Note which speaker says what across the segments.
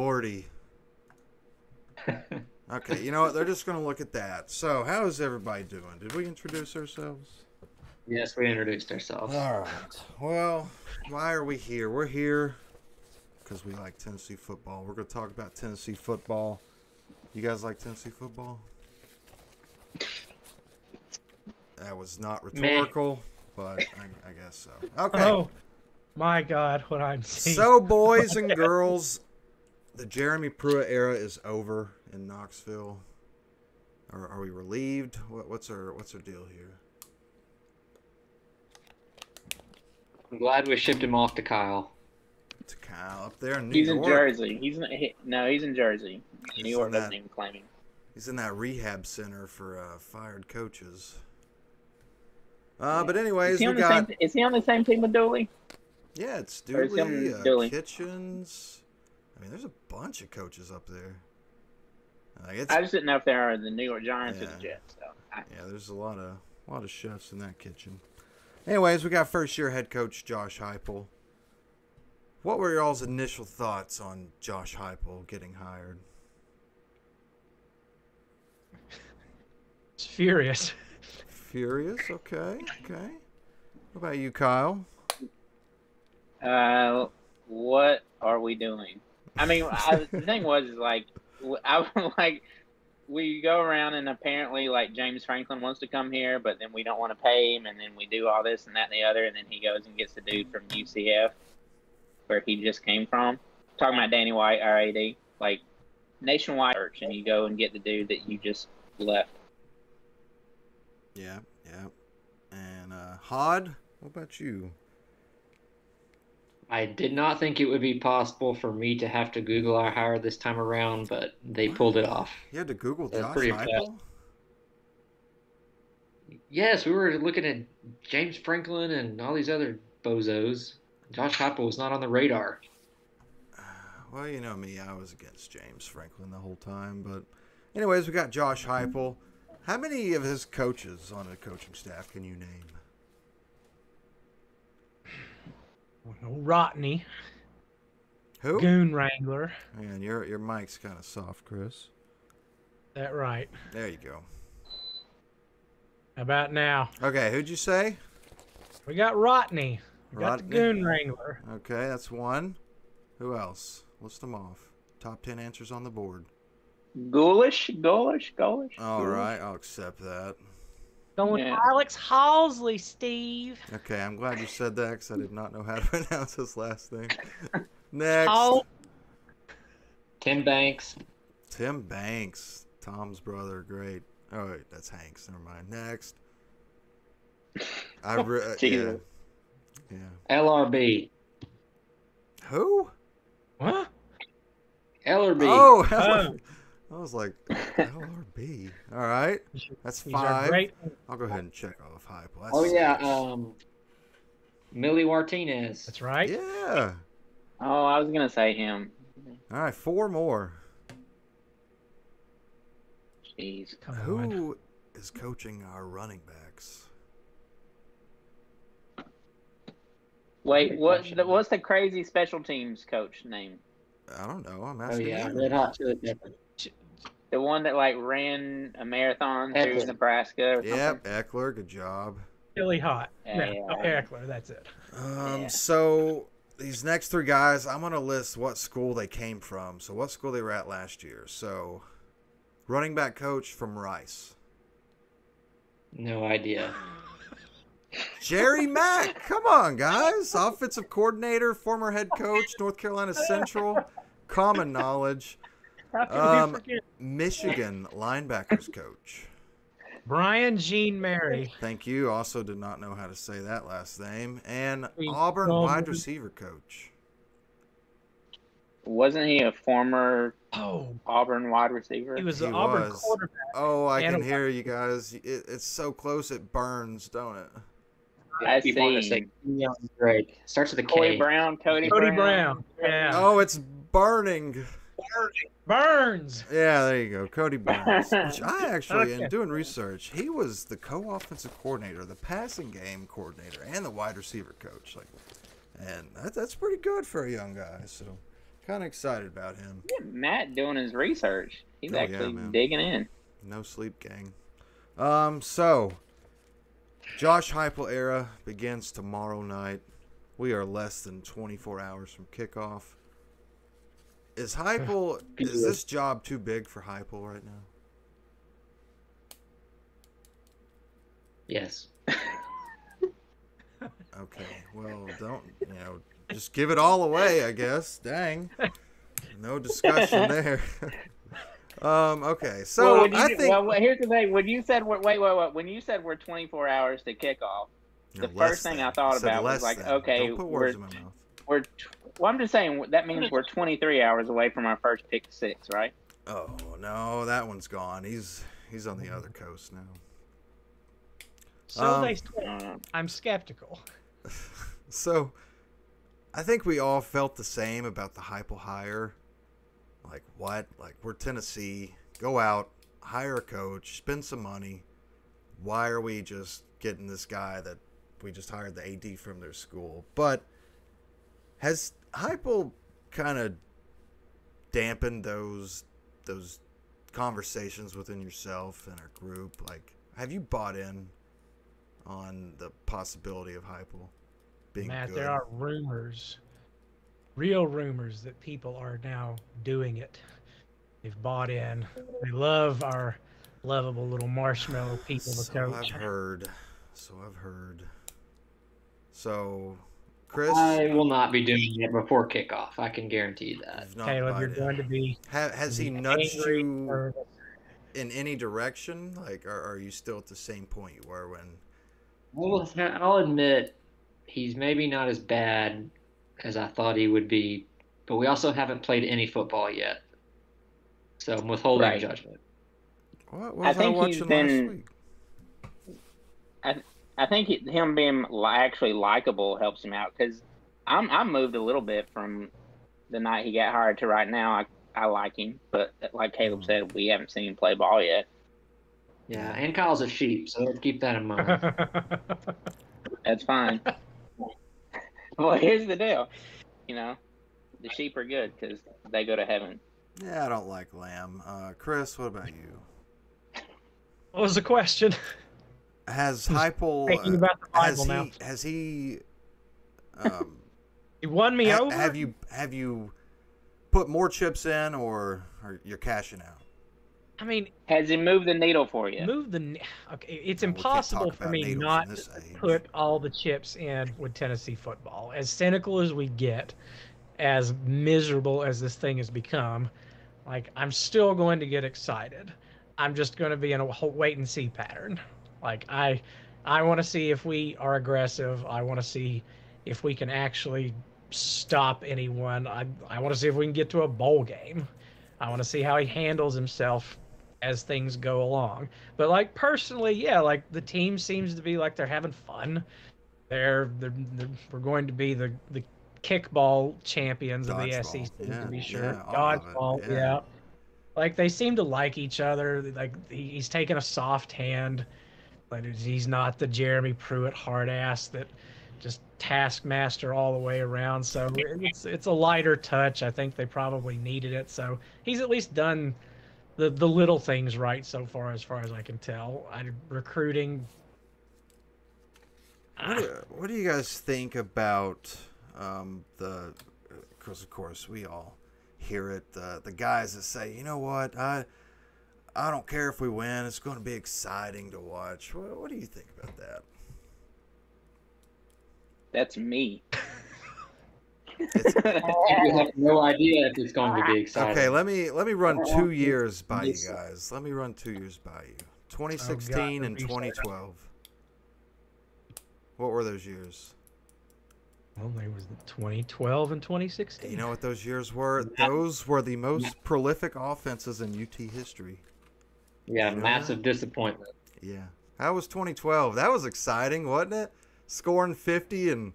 Speaker 1: party. Okay, you know what? They're just going to look at that. So, how is everybody doing? Did we introduce ourselves?
Speaker 2: Yes, we introduced ourselves.
Speaker 1: All right. Well, why are we here? We're here because we like Tennessee football. We're going to talk about Tennessee football. You guys like Tennessee football? That was not rhetorical, but I, I guess so. Okay.
Speaker 3: Oh my God, what I'm seeing.
Speaker 1: So, boys and girls, the Jeremy Pruitt era is over in Knoxville. Are, are we relieved? What, what's our what's our deal here?
Speaker 2: I'm glad we shipped him off to Kyle.
Speaker 1: To Kyle up there in New
Speaker 4: He's
Speaker 1: York.
Speaker 4: in Jersey. He's in, he, no, he's in Jersey.
Speaker 1: He's
Speaker 4: New York
Speaker 1: in
Speaker 4: doesn't
Speaker 1: that-
Speaker 4: even claim him.
Speaker 1: He's in that rehab center for uh, fired coaches. Uh, but anyways,
Speaker 4: Is he,
Speaker 1: we
Speaker 4: on the
Speaker 1: got
Speaker 4: same, is he on the same team with Dooley?
Speaker 1: yeah, it's
Speaker 4: There's
Speaker 1: Dooley,
Speaker 4: him
Speaker 1: uh,
Speaker 4: doing-
Speaker 1: Kitchens. I mean, there's a bunch of coaches up there. Like it's
Speaker 4: I just didn't know if they are the New York Giants or
Speaker 1: Yeah.
Speaker 4: the Jets. So I,
Speaker 1: Yeah, there's a lot of a lot of chefs in that kitchen. Anyways, we got first year head coach Josh Heupel. What were y'all's initial thoughts on Josh Heupel getting hired?
Speaker 3: It's furious.
Speaker 1: Furious, okay, okay. What about you, Kyle?
Speaker 4: Uh, what are we doing? I mean, I, the thing was is like, w- I was like, we go around and apparently like James Franklin wants to come here, but then we don't want to pay him, and then we do all this and that and the other, and then he goes and gets the dude from UCF, where he just came from. Talking about Danny White, RAD, like nationwide search, and you go and get the dude that you just left.
Speaker 1: Yeah, yeah. And uh Hod, what about you?
Speaker 2: I did not think it would be possible for me to have to Google our hire this time around, but they pulled it off.
Speaker 1: You had to Google
Speaker 2: That's
Speaker 1: Josh
Speaker 2: pretty
Speaker 1: Heupel.
Speaker 2: Yes, we were looking at James Franklin and all these other bozos. Josh Heupel was not on the radar.
Speaker 1: Well, you know me, I was against James Franklin the whole time, but anyways, we got Josh Heupel. How many of his coaches on a coaching staff can you name?
Speaker 3: Rodney,
Speaker 1: Who?
Speaker 3: Goon Wrangler.
Speaker 1: Man, your your mic's kind of soft, Chris.
Speaker 3: That right.
Speaker 1: There you go.
Speaker 3: How About now,
Speaker 1: Okay, who'd you say?
Speaker 3: we got Rodney. We got
Speaker 1: Rodney?
Speaker 3: the Goon Wrangler.
Speaker 1: Okay, that's one. Who else? List them off. Top ten answers on the board.
Speaker 4: Ghoulish, ghoulish, ghoulish.
Speaker 1: All
Speaker 4: ghoulish.
Speaker 1: right, I'll accept that.
Speaker 3: Going
Speaker 4: Yeah.
Speaker 3: Alex Halsley, Steve.
Speaker 1: Okay, I'm glad you said that because I did not know how to pronounce his last name. Next,
Speaker 3: Oh,
Speaker 2: Tim Banks.
Speaker 1: Tim Banks, Tom's brother. Great. Oh, wait, that's Hanks. Never mind. Next, I re- yeah.
Speaker 4: Jesus.
Speaker 1: yeah.
Speaker 2: LRB.
Speaker 1: Who?
Speaker 3: what?
Speaker 2: LRB.
Speaker 1: Oh,
Speaker 3: Oh.
Speaker 1: I was like LRB. All right, that's
Speaker 3: These are
Speaker 1: five.
Speaker 3: great.
Speaker 1: I'll go ahead and check off Hypo. That's
Speaker 2: oh yeah.
Speaker 1: six.
Speaker 2: Um, Millie Martinez.
Speaker 3: That's right.
Speaker 1: yeah.
Speaker 4: Oh, I was gonna say him.
Speaker 1: All right, four more.
Speaker 4: Jeez.
Speaker 3: Come on.
Speaker 1: Who is coaching our running backs?
Speaker 4: Wait,
Speaker 2: Good
Speaker 4: what's
Speaker 2: question.
Speaker 4: the, what's the crazy special teams coach name?
Speaker 1: I don't know. I'm
Speaker 2: Oh
Speaker 1: asking
Speaker 2: yeah.
Speaker 1: you.
Speaker 2: Red Hot Chili Peppers.
Speaker 4: The one that like ran a marathon through
Speaker 2: Eckler.
Speaker 4: Nebraska. Or
Speaker 1: Yep, Eckler, good job.
Speaker 3: Really hot.
Speaker 4: Yeah,
Speaker 3: no,
Speaker 4: yeah,
Speaker 3: oh,
Speaker 4: yeah.
Speaker 3: Eckler. That's it.
Speaker 1: Um,
Speaker 4: Yeah.
Speaker 1: so these next three guys, I'm gonna list what school they came from. So what school they were at last year. So, running back coach from Rice,
Speaker 2: No idea.
Speaker 1: Jerry Mack. Come on, guys. Offensive coordinator, former head coach, North Carolina Central. Common knowledge.
Speaker 3: How can
Speaker 1: Um,
Speaker 3: we forget?
Speaker 1: Michigan linebackers coach.
Speaker 3: Brian Jean Mary.
Speaker 1: Thank you. Also, did not know how to say that last name. And
Speaker 3: Please,
Speaker 1: Auburn
Speaker 3: no.
Speaker 1: wide receiver coach.
Speaker 4: something. Wasn't he a former
Speaker 3: Oh,
Speaker 4: Auburn wide receiver?
Speaker 3: he was
Speaker 1: He
Speaker 3: the Auburn
Speaker 1: was.
Speaker 3: quarterback.
Speaker 1: Oh, I
Speaker 3: And
Speaker 1: can
Speaker 3: a-
Speaker 1: hear you guys. It, it's so close, it burns, don't it?
Speaker 4: I
Speaker 2: People wanna
Speaker 4: see.
Speaker 2: say Kenyon Drake. Starts with a K.
Speaker 4: Corey Brown, Cody,
Speaker 3: Cody Brown. Yeah.
Speaker 1: Oh, it's burning.
Speaker 3: Burns.
Speaker 1: Yeah, there you go. Cody Burns. Which I actually, in
Speaker 3: Okay.
Speaker 1: doing research, he was the co offensive coordinator, the passing game coordinator, and the wide receiver coach. Like, And that, that's pretty good for a young guy. So, Kind of excited about him.
Speaker 4: Look at Matt doing his research. He's
Speaker 1: Oh, yeah,
Speaker 4: actually
Speaker 1: man.
Speaker 4: digging in.
Speaker 1: No sleep, gang. Um, so Josh Heupel era begins tomorrow night. We are less than 24 hours from kickoff. Is Heupel? is this job too big for Heupel right now?
Speaker 2: Yes.
Speaker 1: Okay, well, don't you know? Just give it all away, I guess. Dang, no discussion there. um, okay, so
Speaker 4: well, when you,
Speaker 1: I
Speaker 4: do-
Speaker 1: think
Speaker 4: well, wait, here's the thing. When you said we're, wait, wait, wait, when you said we're 24 hours to kickoff, the
Speaker 1: Less
Speaker 4: first thing
Speaker 1: than.
Speaker 4: I thought
Speaker 1: said
Speaker 4: about was,
Speaker 1: less
Speaker 4: like,
Speaker 1: than.
Speaker 4: okay,
Speaker 1: don't put words in
Speaker 4: we're-
Speaker 1: my mouth.
Speaker 4: we're tw- well. I'm just saying that means we're 23 hours away from our first pick six, right?
Speaker 1: Oh no, that one's gone. He's he's on the other coast now.
Speaker 5: So
Speaker 1: Um,
Speaker 5: they say.
Speaker 4: Uh,
Speaker 5: I'm skeptical.
Speaker 1: So, I think we all felt the same about the Hypel hire. Like what? Like we're Tennessee. Go out, hire a coach, spend some money. Why are we just getting this guy that we just hired the AD from their school? But has Hypel kind of dampened those those conversations within yourself and our group? Like, have you bought in on the possibility of Hypel being
Speaker 5: Matt,
Speaker 1: good?
Speaker 5: there are rumors, real rumors, that people are now doing it. They've bought in. They love our lovable little marshmallow people to
Speaker 1: So I've
Speaker 5: coach.
Speaker 1: heard. So I've heard. So, Chris,
Speaker 2: I will not be doing it before kickoff. I can guarantee you that.
Speaker 1: you've not
Speaker 5: Caleb, you're
Speaker 1: bought
Speaker 5: going
Speaker 1: in.
Speaker 5: to be
Speaker 1: Ha- has he
Speaker 5: be
Speaker 1: nudged
Speaker 5: angry
Speaker 1: you
Speaker 5: or-
Speaker 1: in any direction? Like, are, are you still at the same point you were when?
Speaker 2: Well, I'll admit he's maybe not as bad as I thought he would be, but we also haven't played any football yet. So I'm withholding
Speaker 4: Right.
Speaker 2: judgment.
Speaker 1: What was I,
Speaker 4: think he's
Speaker 1: watching
Speaker 4: been-
Speaker 1: last week?
Speaker 4: I think it, him being li- actually likable helps him out because I'm I moved a little bit from the night he got hired to right now. I I like him, but like Caleb said, we haven't seen him play ball yet.
Speaker 2: Yeah, and Kyle's a sheep, so let's keep that in mind.
Speaker 4: That's fine. well, here's the deal, you know, the sheep are good because they go to heaven.
Speaker 1: Yeah, I don't like lamb. Uh, Chris, what about you?
Speaker 5: what was the question?
Speaker 1: Has
Speaker 5: He's Thinking
Speaker 1: Hypel? Uh,
Speaker 5: about the
Speaker 1: has
Speaker 5: Bible
Speaker 1: he?
Speaker 5: now.
Speaker 1: Has he? Um,
Speaker 5: He won me
Speaker 1: ha-
Speaker 5: over.
Speaker 1: have you? Have you? Put more chips in, or, or you're cashing out.
Speaker 5: I mean,
Speaker 4: Has he moved the needle for you?
Speaker 5: move the. n- Okay, it's
Speaker 1: Well, we can't talk
Speaker 5: impossible for
Speaker 1: about
Speaker 5: me
Speaker 1: needles in
Speaker 5: not
Speaker 1: this
Speaker 5: to
Speaker 1: age.
Speaker 5: put all the chips in with Tennessee football. As cynical as we get, as miserable as this thing has become, like I'm still going to get excited. I'm just going to be in a whole wait and see pattern. Like I, I want to see if we are aggressive. I want to see if we can actually stop anyone. I I want to see if we can get to a bowl game. I want to see how he handles himself as things go along. But like personally, yeah, like the team seems to be like they're having fun. They're, they're, they're we're going to be the the kickball champions of the
Speaker 1: Dodgeball,
Speaker 5: SEC
Speaker 1: yeah,
Speaker 5: to be sure.
Speaker 1: yeah, all of it,
Speaker 5: Dodgeball,
Speaker 1: yeah.
Speaker 5: yeah. Like they seem to like each other. Like he- he's taking a soft hand. Like he's not the Jeremy Pruitt hard ass that just taskmaster all the way around. So it's it's a lighter touch. I think they probably needed it. So he's at least done the the little things right so far, as far as I can tell. I recruiting.
Speaker 1: What do, what do you guys think about um, the? Because of course we all hear it. The the guys that say, you know what, I I don't care if we win. It's going to be exciting to watch. What, what do you think about that?
Speaker 4: That's me.
Speaker 2: you have no idea if it's going to be exciting.
Speaker 1: Okay, let me let me run two years by you guys. Let me run two years by you. 2016 and
Speaker 5: reset.
Speaker 1: 2012. What were those years?
Speaker 5: Well, there was the 2012 and 2016.
Speaker 1: You know what those years were? Those were the most prolific offenses in UT history.
Speaker 2: yeah, massive disappointment.
Speaker 1: Yeah. How was 2012? That was exciting, wasn't it? Scoring 50 and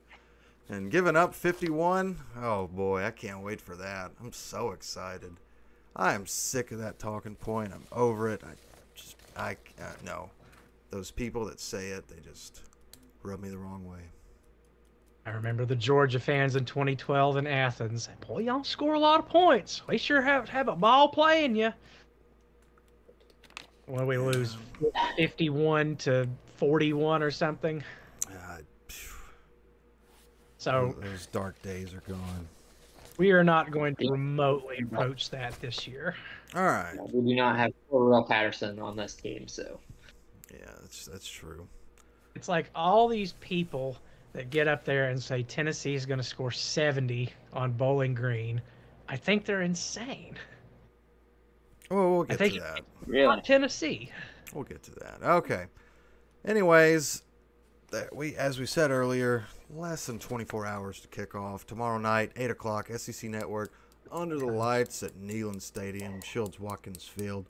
Speaker 1: and giving up 51. Oh boy, I can't wait for that. I'm so excited. I am sick of that talking point. I'm over it. I just I uh, no. Those people that say it, they just rub me the wrong way.
Speaker 5: I remember the Georgia fans in 2012 in Athens. Boy, y'all score a lot of points. We sure have have a ball playing you. When we lose 51 to 41 or something.
Speaker 1: Ah, phew,
Speaker 5: So
Speaker 1: Those dark days are gone.
Speaker 5: we are not going to remotely approach that this year.
Speaker 1: All right.
Speaker 2: We do not have Cordell Patterson on this team, so
Speaker 1: Yeah, that's that's true.
Speaker 5: It's like all these people that get up there and say Tennessee is going to score 70 on Bowling Green. I think they're insane.
Speaker 1: Well, we'll get
Speaker 5: think
Speaker 1: to
Speaker 5: it-
Speaker 1: that.
Speaker 4: Really?
Speaker 5: Not Tennessee.
Speaker 1: We'll get to that. Okay. Anyways, that we as we said earlier, less than 24 hours to kick off tomorrow night, 8 o'clock, SEC Network, under the lights at Neyland Stadium, Shields Watkins Field,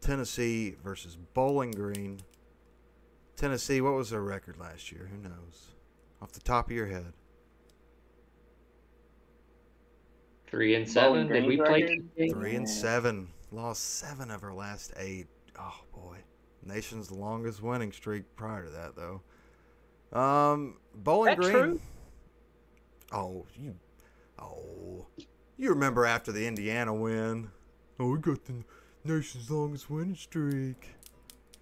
Speaker 1: Tennessee versus Bowling Green. Tennessee, what was their record last year? Who knows? Off the top of your head,
Speaker 2: three and seven.
Speaker 4: Bowling
Speaker 2: Did we
Speaker 4: Green's
Speaker 2: play?
Speaker 4: record?
Speaker 2: Tennessee?
Speaker 1: three and
Speaker 4: Yeah.
Speaker 1: seven, lost seven of her last eight. Oh boy, nation's longest winning streak prior to that though. Um, Bowling
Speaker 5: That
Speaker 1: Green.
Speaker 5: true?
Speaker 1: Oh, you, oh, you remember after the Indiana win? Oh, we got the nation's longest winning streak.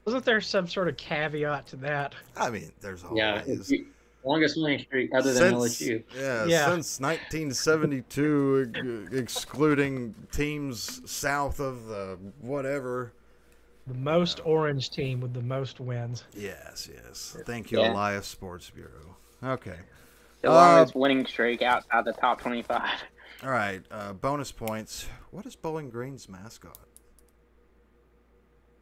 Speaker 5: Wasn't there some sort of caveat to that?
Speaker 1: I mean, there's
Speaker 2: Yeah,
Speaker 1: always
Speaker 2: it's longest winning streak other than LSU.
Speaker 1: Yeah,
Speaker 5: Yeah.
Speaker 1: since 1972, ex- e-, excluding teams south of the whatever.
Speaker 5: The most orange team with the most wins.
Speaker 1: Yes, yes. Thank you,
Speaker 4: Yeah.
Speaker 1: Elias Sports Bureau. Okay.
Speaker 4: The
Speaker 1: Uh,
Speaker 4: longest winning streak outside the top 25.
Speaker 1: All right. Uh, bonus points. What is Bowling Green's mascot?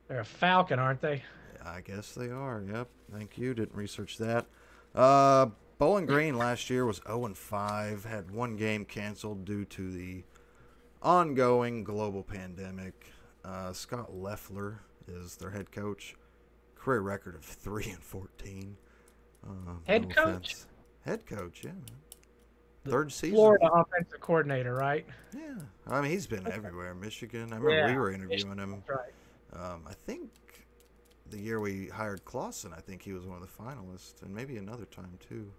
Speaker 5: They're a Falcon, aren't they?
Speaker 1: I guess they are. Yep. Thank you. Didn't research that. Uh, Bowling Green last year was 0 and 5. Had one game canceled due to the ongoing global pandemic. Uh, Scott Leffler is their head coach. Career record of 3 and 14. Uh, no
Speaker 5: Head coach?
Speaker 1: offense. Head coach. Yeah. man. Third season.
Speaker 5: Florida offensive coordinator, right?
Speaker 1: Yeah, I mean he's been everywhere. Michigan. I remember we
Speaker 5: Yeah,
Speaker 1: were interviewing him.
Speaker 5: Right.
Speaker 1: Um, I think the year we hired Clausen, I think he was one of the finalists, and maybe another time too.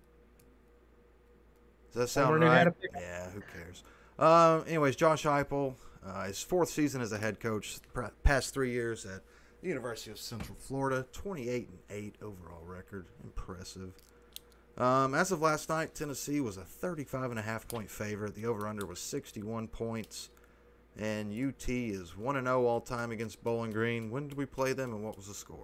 Speaker 1: Does that sound
Speaker 5: learning how
Speaker 1: right?
Speaker 5: to pick.
Speaker 1: Yeah, who cares? Um, anyways, Josh Heupel, uh, his fourth season as a head coach, pr- past three years at the University of Central Florida, 28 and 8 overall record, impressive. Um, as of last night, Tennessee was a 35 and a half point favorite. The over/under was 61 points, and UT is one and zero all time against Bowling Green. When did we play them, and what was the score?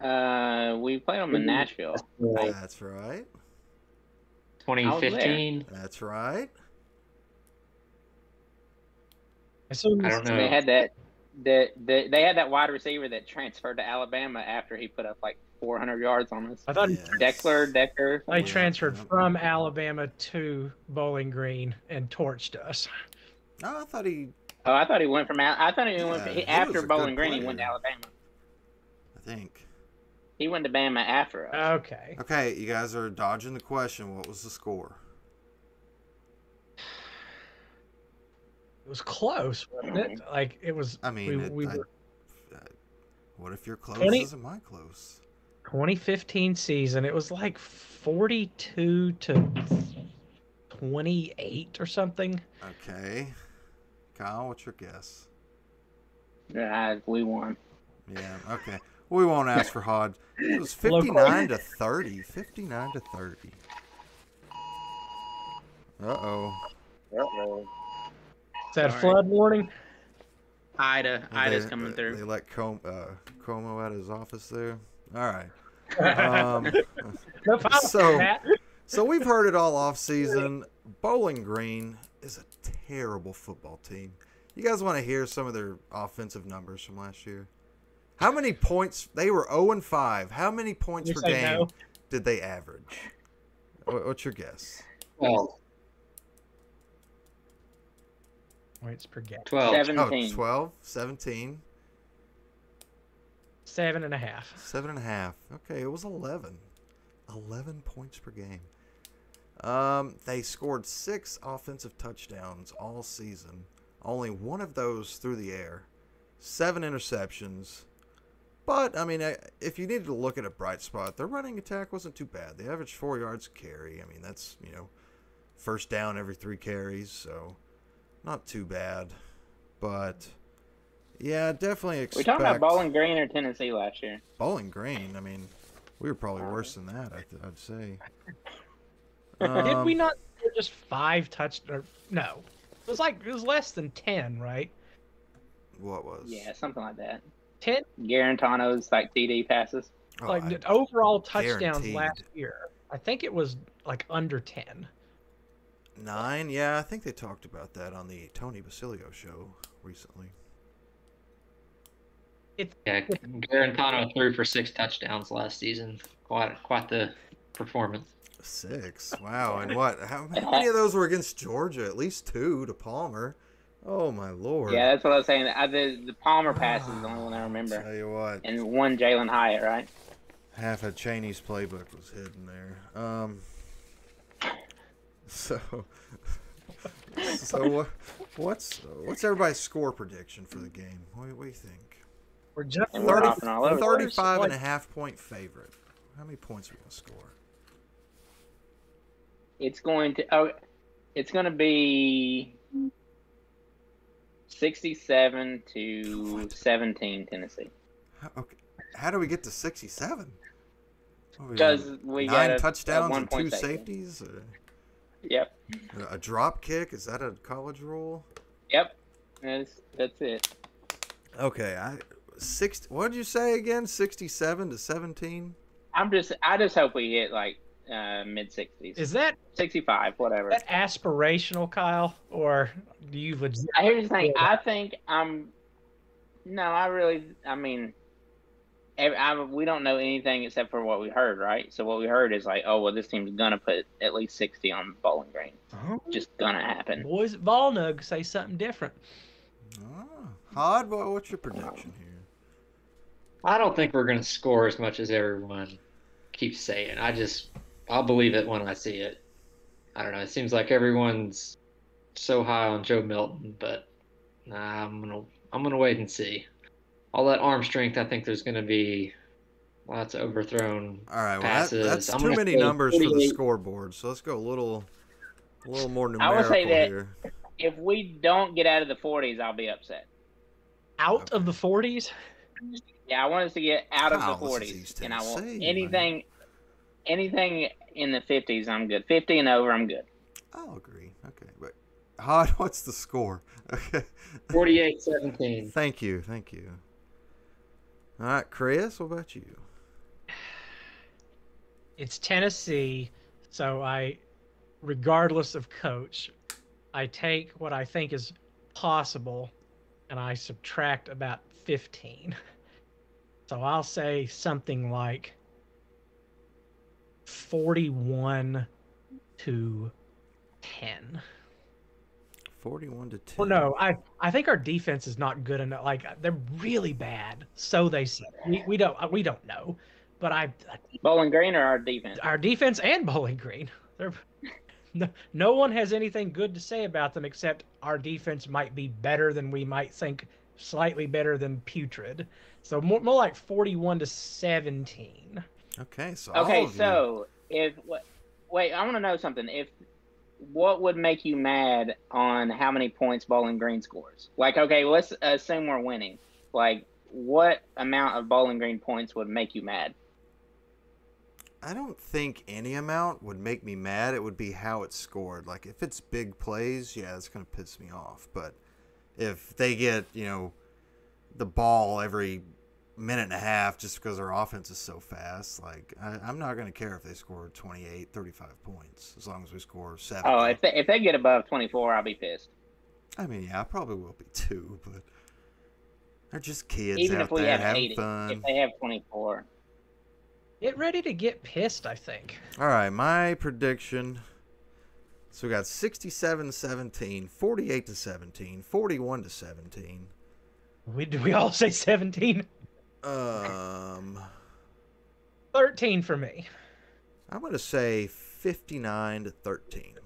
Speaker 4: Uh, we played them in Nashville.
Speaker 2: Right.
Speaker 1: That's right.
Speaker 2: 2015.
Speaker 1: That's right.
Speaker 5: assume
Speaker 2: I don't know.
Speaker 4: They
Speaker 5: Oh.
Speaker 4: had that. That the, they had that wide receiver that transferred to Alabama after he put up like 400 yards on us.
Speaker 5: I thought
Speaker 1: Yes.
Speaker 4: Deckler, Decker.
Speaker 5: they
Speaker 1: Yeah.
Speaker 5: transferred from Alabama to Bowling Green and torched us.
Speaker 1: No, I thought he.
Speaker 4: Oh, I thought he went from. Al- I thought he went
Speaker 1: Yeah,
Speaker 4: from,
Speaker 1: he
Speaker 4: he,
Speaker 1: was a
Speaker 4: after
Speaker 1: good
Speaker 4: Bowling Green. He
Speaker 1: player.
Speaker 4: went to Alabama.
Speaker 1: I think.
Speaker 4: He went to Bama after us.
Speaker 5: Okay.
Speaker 1: Okay, you guys are dodging the question. What was the score?
Speaker 5: It was close, wasn't it? Like it was
Speaker 1: I mean,
Speaker 5: we,
Speaker 1: it-
Speaker 5: we
Speaker 1: I-
Speaker 5: were
Speaker 1: I- what if your close
Speaker 5: Twenty-
Speaker 1: isn't my close?
Speaker 5: 2015 season. It was like 42 to 28 or something.
Speaker 1: Okay, Kyle, what's your guess?
Speaker 4: Yeah, we won.
Speaker 1: Yeah. Okay. We won't ask for Hodge. It was 59 to 30. 59 to 30. Uh oh.
Speaker 5: Is that a
Speaker 4: Alright.
Speaker 5: flood warning?
Speaker 4: Ida, Ida's
Speaker 1: They-
Speaker 4: coming
Speaker 1: they-
Speaker 4: through.
Speaker 1: They let Com- uh, Como out of his office there. All right. Um,
Speaker 5: No problem with
Speaker 1: So-
Speaker 5: that.
Speaker 1: So we've heard it all off season. Bowling Green is a terrible football team. You guys want to hear some of their offensive numbers from last year? How many points they were 0 and 5. How many points
Speaker 5: You
Speaker 1: per
Speaker 5: say
Speaker 1: game
Speaker 5: no.
Speaker 1: did they average? Wha- What's your guess?
Speaker 2: 12.
Speaker 5: points per game.
Speaker 2: 12.
Speaker 1: Oh,
Speaker 4: 17.
Speaker 1: 12, 17,
Speaker 5: Seven and a half.
Speaker 1: 7.5. Okay, it was 11. 11 points per game. Um, they scored six offensive touchdowns all season. Only one of those through the air. Seven interceptions. But I mean, I- if you needed to look at a bright spot, their running attack wasn't too bad. They averaged four yards a carry. I mean, that's you know, first down every three carries, so not too bad. But yeah, definitely expect
Speaker 4: We talking about Bowling Green or Tennessee last year?
Speaker 1: Bowling Green. I mean, we were probably worse than that. I th- I'd say.
Speaker 5: Did we
Speaker 1: Um,
Speaker 5: not score just five touch or no? It was like it was less than ten, right?
Speaker 1: What was?
Speaker 4: Yeah, something like that.
Speaker 5: Ten
Speaker 4: Garantano's like TD passes.
Speaker 1: Oh,
Speaker 5: like
Speaker 1: I-
Speaker 5: the overall touchdowns
Speaker 1: guaranteed.
Speaker 5: last year. I think it was like under ten.
Speaker 1: Nine, yeah, I think they talked about that on the Tony Basilio show recently.
Speaker 2: Yeah, Garantano threw for six touchdowns last season. Quite quite the performance.
Speaker 1: Six, wow, and what? How, how many of those were against Georgia? At least two to Palmer. Oh my lord!
Speaker 4: Yeah, that's what I was saying. I, the, the Palmer pass is the only one I remember.
Speaker 1: Tell you what,
Speaker 4: And one Jalen Hyatt, right?
Speaker 1: half of Cheney's playbook was hidden there. Um, so, so what? What's what's everybody's score prediction for the game? What, what do you think?
Speaker 5: We're just
Speaker 4: And we're hopping all over. the place.
Speaker 1: 35 and a half point favorite. How many points are we gonna score?
Speaker 4: It's going to oh, it's going to be 67 to 17 Tennessee.
Speaker 1: How, okay. How do we get to 67? What are we
Speaker 4: Because
Speaker 1: on?
Speaker 4: we got
Speaker 1: nine
Speaker 4: a- a
Speaker 1: touchdowns and
Speaker 4: one-point
Speaker 1: two
Speaker 4: safety.
Speaker 1: safeties. uh,
Speaker 4: Yep.
Speaker 1: a drop kick is that a college rule?
Speaker 4: Yep. That's that's it.
Speaker 1: Okay, I six. What did you say again? 67 to 17.
Speaker 4: I'm just I just hope we hit like uh, mid 60s.
Speaker 5: Is that
Speaker 4: 65, whatever.
Speaker 5: that aspirational, Kyle, or do you legit?
Speaker 4: I here's the thing. I think I'm. No, I really. I mean, ev I, we don't know anything except for what we heard, right? So what we heard is like, oh well, this team's gonna put at least sixty on Bowling Green.
Speaker 1: Oh.
Speaker 4: Just gonna happen.
Speaker 5: Boys at Volnug say something different.
Speaker 1: Ah, Hod, what, what's your prediction here?
Speaker 2: I don't think we're going to score as much as everyone keeps saying. I just I'll believe it when I see it. I don't know. It seems like everyone's so high on Joe Milton, but nah, I'm gonna I'm gonna wait and see. All that arm strength, I think there's going to be lots of overthrown.
Speaker 1: All right, well, that,
Speaker 2: Passes.
Speaker 1: that's
Speaker 2: I'm
Speaker 1: too
Speaker 2: gonna
Speaker 1: many
Speaker 2: say
Speaker 1: numbers for the
Speaker 2: 48.
Speaker 1: scoreboard. So let's go a little, a little more
Speaker 4: I
Speaker 1: numerical
Speaker 4: would say that-
Speaker 1: here.
Speaker 4: If we don't get out of the forties, I'll be upset.
Speaker 5: Out of the 40s,
Speaker 4: Yeah, I want us to get out of
Speaker 1: Wow,
Speaker 4: the
Speaker 1: this is
Speaker 4: forties,
Speaker 1: East
Speaker 4: and I want
Speaker 1: Tennessee, man.
Speaker 4: anything, anything in the fifties. I'm good. Fifty and over, I'm good.
Speaker 1: I'll agree. Okay, but Hod, what's the score? Okay.
Speaker 4: Mm.
Speaker 2: 48-17.
Speaker 1: Thank you, thank you. All right, Chris, what about you?
Speaker 5: it's Tennessee, so I, regardless of coach, I take what I think is possible, and I subtract about 15. So I'll say something like 41 to 10.
Speaker 1: Forty-one to ten.
Speaker 5: Well, no, I I think our defense is not good enough. Like they're really bad, so they say. We, we don't uh, we don't know, but I
Speaker 4: Bowling Green or our defense?
Speaker 5: our defense and Bowling Green, they're no, no one has anything good to say about them except our defense might be better than we might think, slightly better than putrid. So more more like forty-one to seventeen.
Speaker 1: Okay, so all
Speaker 4: Okay,
Speaker 1: of you-
Speaker 4: so if wh- wait, I want to know something. If what would make you mad on how many points Bowling Green scores? Like, okay, let's assume we're winning. Like, what amount of Bowling Green points would make you mad?
Speaker 1: I don't think any amount would make me mad. It would be how it's scored. Like if it's big plays, yeah, it's gonna piss me off. But if they get you know the ball every minute and a half just because our offense is so fast, like I, I'm not gonna care if they score 28, 35 points as long as we score seven.
Speaker 4: Oh, if they, if they get above twenty four, I'll be pissed.
Speaker 1: I mean, yeah, I probably will be too, but they're just kids
Speaker 4: Even
Speaker 1: out
Speaker 4: if we
Speaker 1: there
Speaker 4: have
Speaker 1: having
Speaker 4: eighty,
Speaker 1: fun.
Speaker 4: if they have twenty four,
Speaker 5: Get ready to get pissed. I think.
Speaker 1: All right, my prediction. So we got 67 17, 48 to 17, 41 to 17.
Speaker 5: We do we all say 17?
Speaker 1: Um,
Speaker 5: 13 for me.
Speaker 1: I'm going to say 59 to 13.
Speaker 5: Oh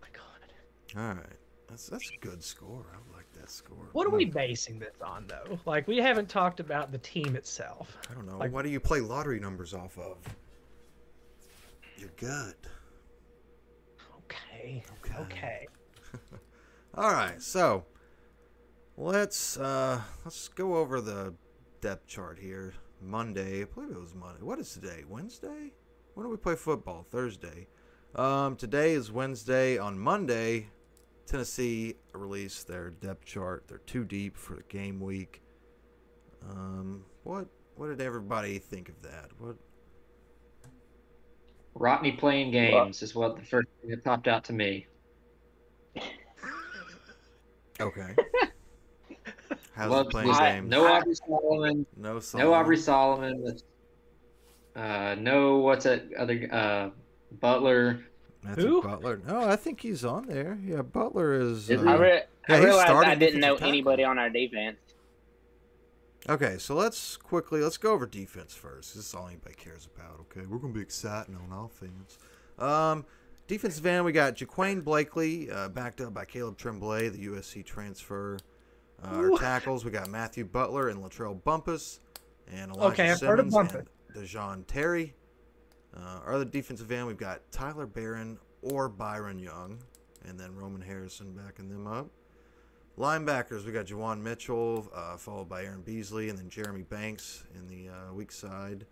Speaker 5: my God.
Speaker 1: All right. That's that's a good score. I like that. that score.
Speaker 3: What are we basing this on, though? Like, we haven't talked about the team itself.
Speaker 1: I don't know.
Speaker 3: like-
Speaker 1: what do you play lottery numbers off of? Your gut.
Speaker 3: Okay.
Speaker 1: Okay.
Speaker 3: Okay.
Speaker 1: All right. So let's uh let's go over the depth chart here. Monday. I believe it was Monday. What is today? Wednesday? When do we play football? Thursday. Um, today is Wednesday. On Monday, Tennessee released their depth chart. They're too deep for the game week. Um, what what did everybody think of that? What
Speaker 2: Rodney playing games is what the first thing that popped out to me.
Speaker 1: Okay. How's
Speaker 2: Loves
Speaker 1: he playing
Speaker 2: this-
Speaker 1: games?
Speaker 2: No Aubrey Solomon.
Speaker 1: no,
Speaker 2: No
Speaker 1: Solomon.
Speaker 2: Aubrey Solomon. that's- Uh, no, what's that other uh, Butler?
Speaker 1: Matthew
Speaker 3: Who?
Speaker 1: Butler. No, I think he's on there. Yeah, Butler is.
Speaker 2: Is
Speaker 1: uh,
Speaker 2: he?
Speaker 4: I, re-
Speaker 1: Yeah,
Speaker 4: I
Speaker 1: he's
Speaker 4: realized I
Speaker 1: starting
Speaker 4: didn't know
Speaker 1: defensive
Speaker 4: anybody
Speaker 1: tackle.
Speaker 4: on our defense.
Speaker 1: Okay, so let's quickly let's go over defense first. This is all anybody cares about. Okay, we're gonna be exciting on offense. Um, defensive end, we got Jaquane Blakely, uh, backed up by Caleb Tremblay, the USC transfer. Uh, our
Speaker 3: Ooh.
Speaker 1: tackles, we got Matthew Butler and Latrell Bumpus, and Elijah
Speaker 3: Okay, I've heard of
Speaker 1: Simmons
Speaker 3: Bumpus.
Speaker 1: and Dejon Terry. Uh, our other defensive end, we've got Tyler Barron or Byron Young, and then Roman Harrison backing them up. Linebackers, we got Jawan Mitchell, uh, followed by Aaron Beasley, and then Jeremy Banks in the uh, weak side,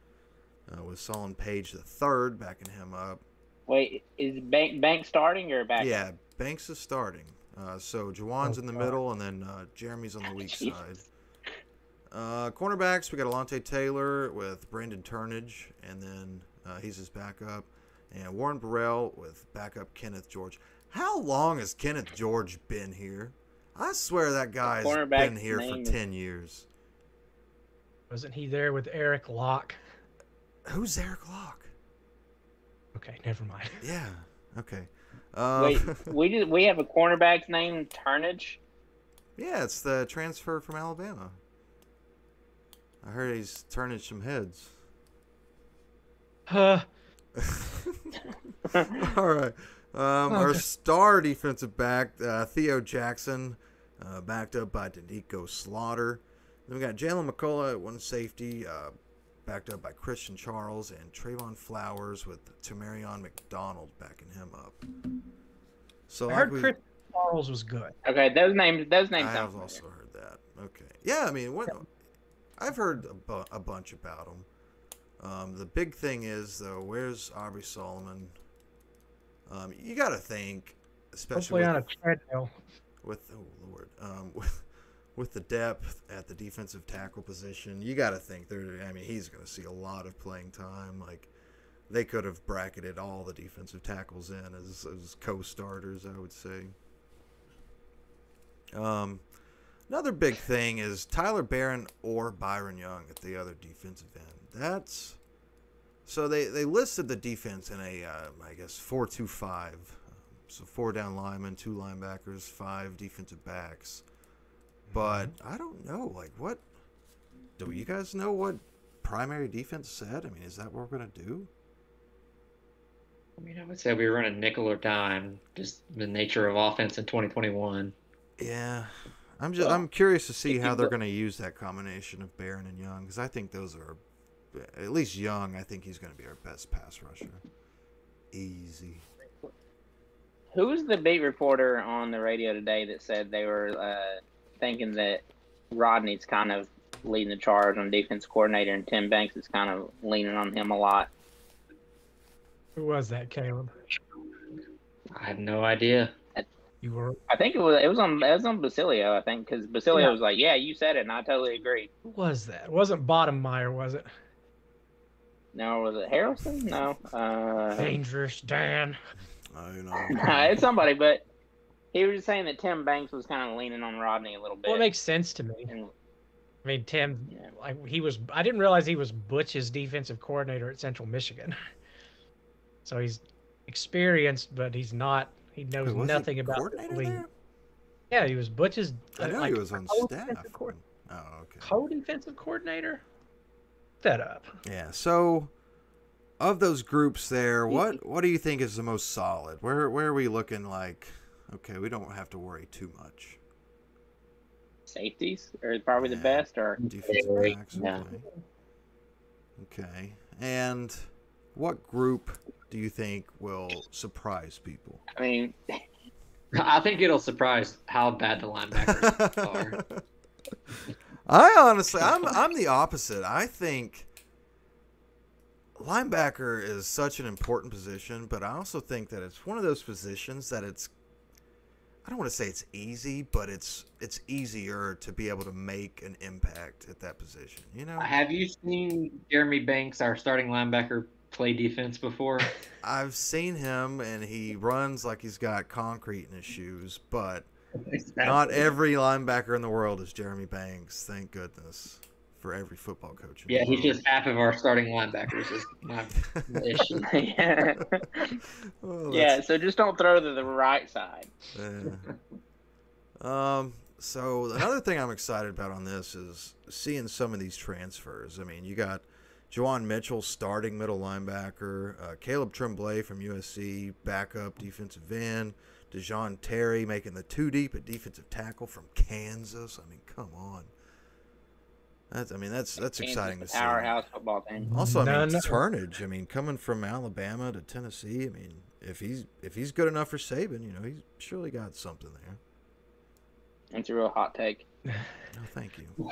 Speaker 1: uh, with Solon Page the third backing him up.
Speaker 4: Wait, is Bank Bank starting or back?
Speaker 1: Yeah, Banks is starting. Uh, so Jawan's
Speaker 3: Oh,
Speaker 1: in the
Speaker 3: God.
Speaker 1: middle, and then uh, Jeremy's on the weak
Speaker 4: Jesus.
Speaker 1: side. Uh, cornerbacks, we got Alante Taylor with Brandon Turnage, and then uh, he's his backup, and Warren Burrell with backup Kenneth George. How long has Kenneth George been here? I swear that guy's been
Speaker 4: cornerback's
Speaker 1: here for
Speaker 4: name is-
Speaker 1: ten years.
Speaker 3: Wasn't he there with Eric Locke?
Speaker 1: Who's Eric Locke?
Speaker 3: Okay, never mind.
Speaker 1: Yeah. Okay. Um,
Speaker 4: Wait, we just we have a cornerback's name Turnage.
Speaker 1: Yeah, it's the transfer from Alabama. I heard he's turning some heads.
Speaker 3: Uh,
Speaker 1: All right. Um, Our star defensive back, uh, Theo Jackson, uh, backed up by Danico Slaughter. Then we got Jalen McCullough at one safety, uh, backed up by Christian Charles and Trayvon Flowers with Tamarion McDonald backing him up. So
Speaker 3: I
Speaker 1: like
Speaker 3: heard
Speaker 1: we-
Speaker 3: Chris Charles was good.
Speaker 4: Okay, those names those
Speaker 1: I
Speaker 4: names sound
Speaker 1: have
Speaker 4: familiar.
Speaker 1: also heard that. Okay. Yeah, I mean, what, I've heard a, bu- a bunch about him. Um, the big thing is though, where's Aubrey Solomon? Um, you got to think, especially
Speaker 3: Hopefully on a
Speaker 1: with,
Speaker 3: treadmill.
Speaker 1: with oh lord, um, with with the depth at the defensive tackle position, you got to think there. I mean, he's going to see a lot of playing time. Like they could have bracketed all the defensive tackles in as, as co-starters, I would say. Um, another big thing is Tyler Barron or Byron Young at the other defensive end. That's so they they listed the defense in a uh, I guess four two five. So four down linemen, two linebackers, five defensive backs. But I don't know, like what do you guys know what primary defense said? I mean, is that what we're gonna do?
Speaker 2: I mean, I would say we were running nickel or dime, just the nature of offense in 2021.
Speaker 1: Yeah, I'm just
Speaker 4: Well,
Speaker 1: I'm curious to see
Speaker 4: if
Speaker 1: how
Speaker 4: you
Speaker 1: they're
Speaker 4: look-
Speaker 1: going to use that combination of Barron and Young because I think those are at least Young. I think he's going to be our best pass rusher. Easy.
Speaker 4: Who was the beat reporter on the radio today that said they were uh, thinking that Rodney's kind of leading the charge on defense coordinator and Tim Banks is kind of leaning on him a lot?
Speaker 3: Who was that, Caleb?
Speaker 2: I have no idea.
Speaker 3: You were.
Speaker 4: I think it was it was on it was on Basilio, I think, because Basilio
Speaker 3: Yeah.
Speaker 4: was like, "Yeah, you said it, and I totally agree."
Speaker 3: Who was that? It wasn't Bottommeyer, was it?
Speaker 4: No, was it Harrelson? No, uh,
Speaker 3: Dangerous Dan.
Speaker 1: I don't
Speaker 4: no,
Speaker 1: know.
Speaker 4: it's somebody. But he was just saying that Tim Banks was kind of leaning on Rodney a little bit.
Speaker 3: Well, it makes sense to me.
Speaker 4: and,
Speaker 3: I mean, Tim,
Speaker 4: Yeah.
Speaker 3: like he was. I didn't realize he was Butch's defensive coordinator at Central Michigan. So he's experienced, but he's not. He knows
Speaker 1: Wait, was he
Speaker 3: nothing about the
Speaker 1: coordinator
Speaker 3: league.
Speaker 1: there?
Speaker 3: Yeah, he was Butch's.
Speaker 1: I
Speaker 3: uh,
Speaker 1: know
Speaker 3: like,
Speaker 1: he was on
Speaker 3: co-defensive
Speaker 1: staff.
Speaker 3: coor-
Speaker 1: Oh, okay.
Speaker 3: Co-defensive coordinator. That up.
Speaker 1: Yeah. So, of those groups there, what what do you think is the most solid? Where where are we looking? Like, okay, we don't have to worry too much.
Speaker 4: safeties are probably the
Speaker 1: Yeah.
Speaker 4: best. Or
Speaker 1: Defensive
Speaker 2: Very-
Speaker 1: backs.
Speaker 4: yeah.
Speaker 1: Okay. okay. And what group do you think will surprise people?
Speaker 4: I mean,
Speaker 2: I think it'll surprise how bad the linebackers are.
Speaker 1: I honestly, I'm I'm the opposite. I think linebacker is such an important position, but I also think that it's one of those positions that it's I don't want to say it's easy, but it's it's easier to be able to make an impact at that position. You know,
Speaker 2: Have you seen Jeremy Banks, our starting linebacker, play defense before?
Speaker 1: I've seen him and he runs like he's got concrete in his shoes, but not every linebacker in the world is Jeremy Banks. Thank goodness for every football coach. in the
Speaker 2: Yeah, he's
Speaker 1: world.
Speaker 2: just half of our starting linebackers. Is my issue.
Speaker 4: yeah.
Speaker 1: Oh,
Speaker 4: yeah.
Speaker 1: that's-
Speaker 4: So just don't throw to the right side.
Speaker 1: yeah. Um. So another thing I'm excited about on this is seeing some of these transfers. I mean, you got Juwan Mitchell starting middle linebacker, uh, Caleb Tremblay from USC backup defensive end, Dejon Terry making the two deep at defensive tackle from Kansas. I mean, come on. That's I mean that's that's
Speaker 4: Kansas,
Speaker 1: exciting
Speaker 4: the
Speaker 1: to see.
Speaker 4: Powerhouse football team.
Speaker 1: Also, I mean,
Speaker 3: None-
Speaker 1: turnage. I mean, coming from Alabama to Tennessee. I mean, if he's if he's good enough for Saban, you know, he's surely got something there.
Speaker 4: It's a real hot take.
Speaker 1: No, thank you. All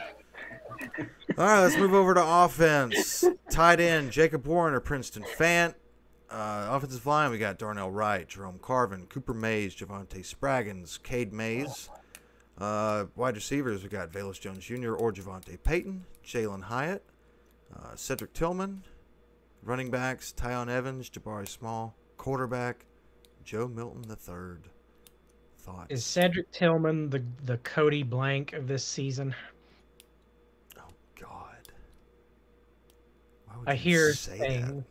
Speaker 1: right, let's move over to offense. Tight end Jacob Warren or Princeton Fant. Uh, offensive line we got Darnell Wright, Jerome Carvin, Cooper Mays, Javante Spraggins, Cade Mays. Uh, wide receivers we got Valus Jones Jr. or Javante Payton, Jalen Hyatt, uh, Cedric Tillman. Running backs Tyon Evans, Jabari Small. Quarterback Joe Milton III. Thoughts?
Speaker 3: Is Cedric Tillman the the Cody Blank of this season?
Speaker 1: Oh God! Why would
Speaker 3: I
Speaker 1: you
Speaker 3: hear
Speaker 1: say
Speaker 3: things.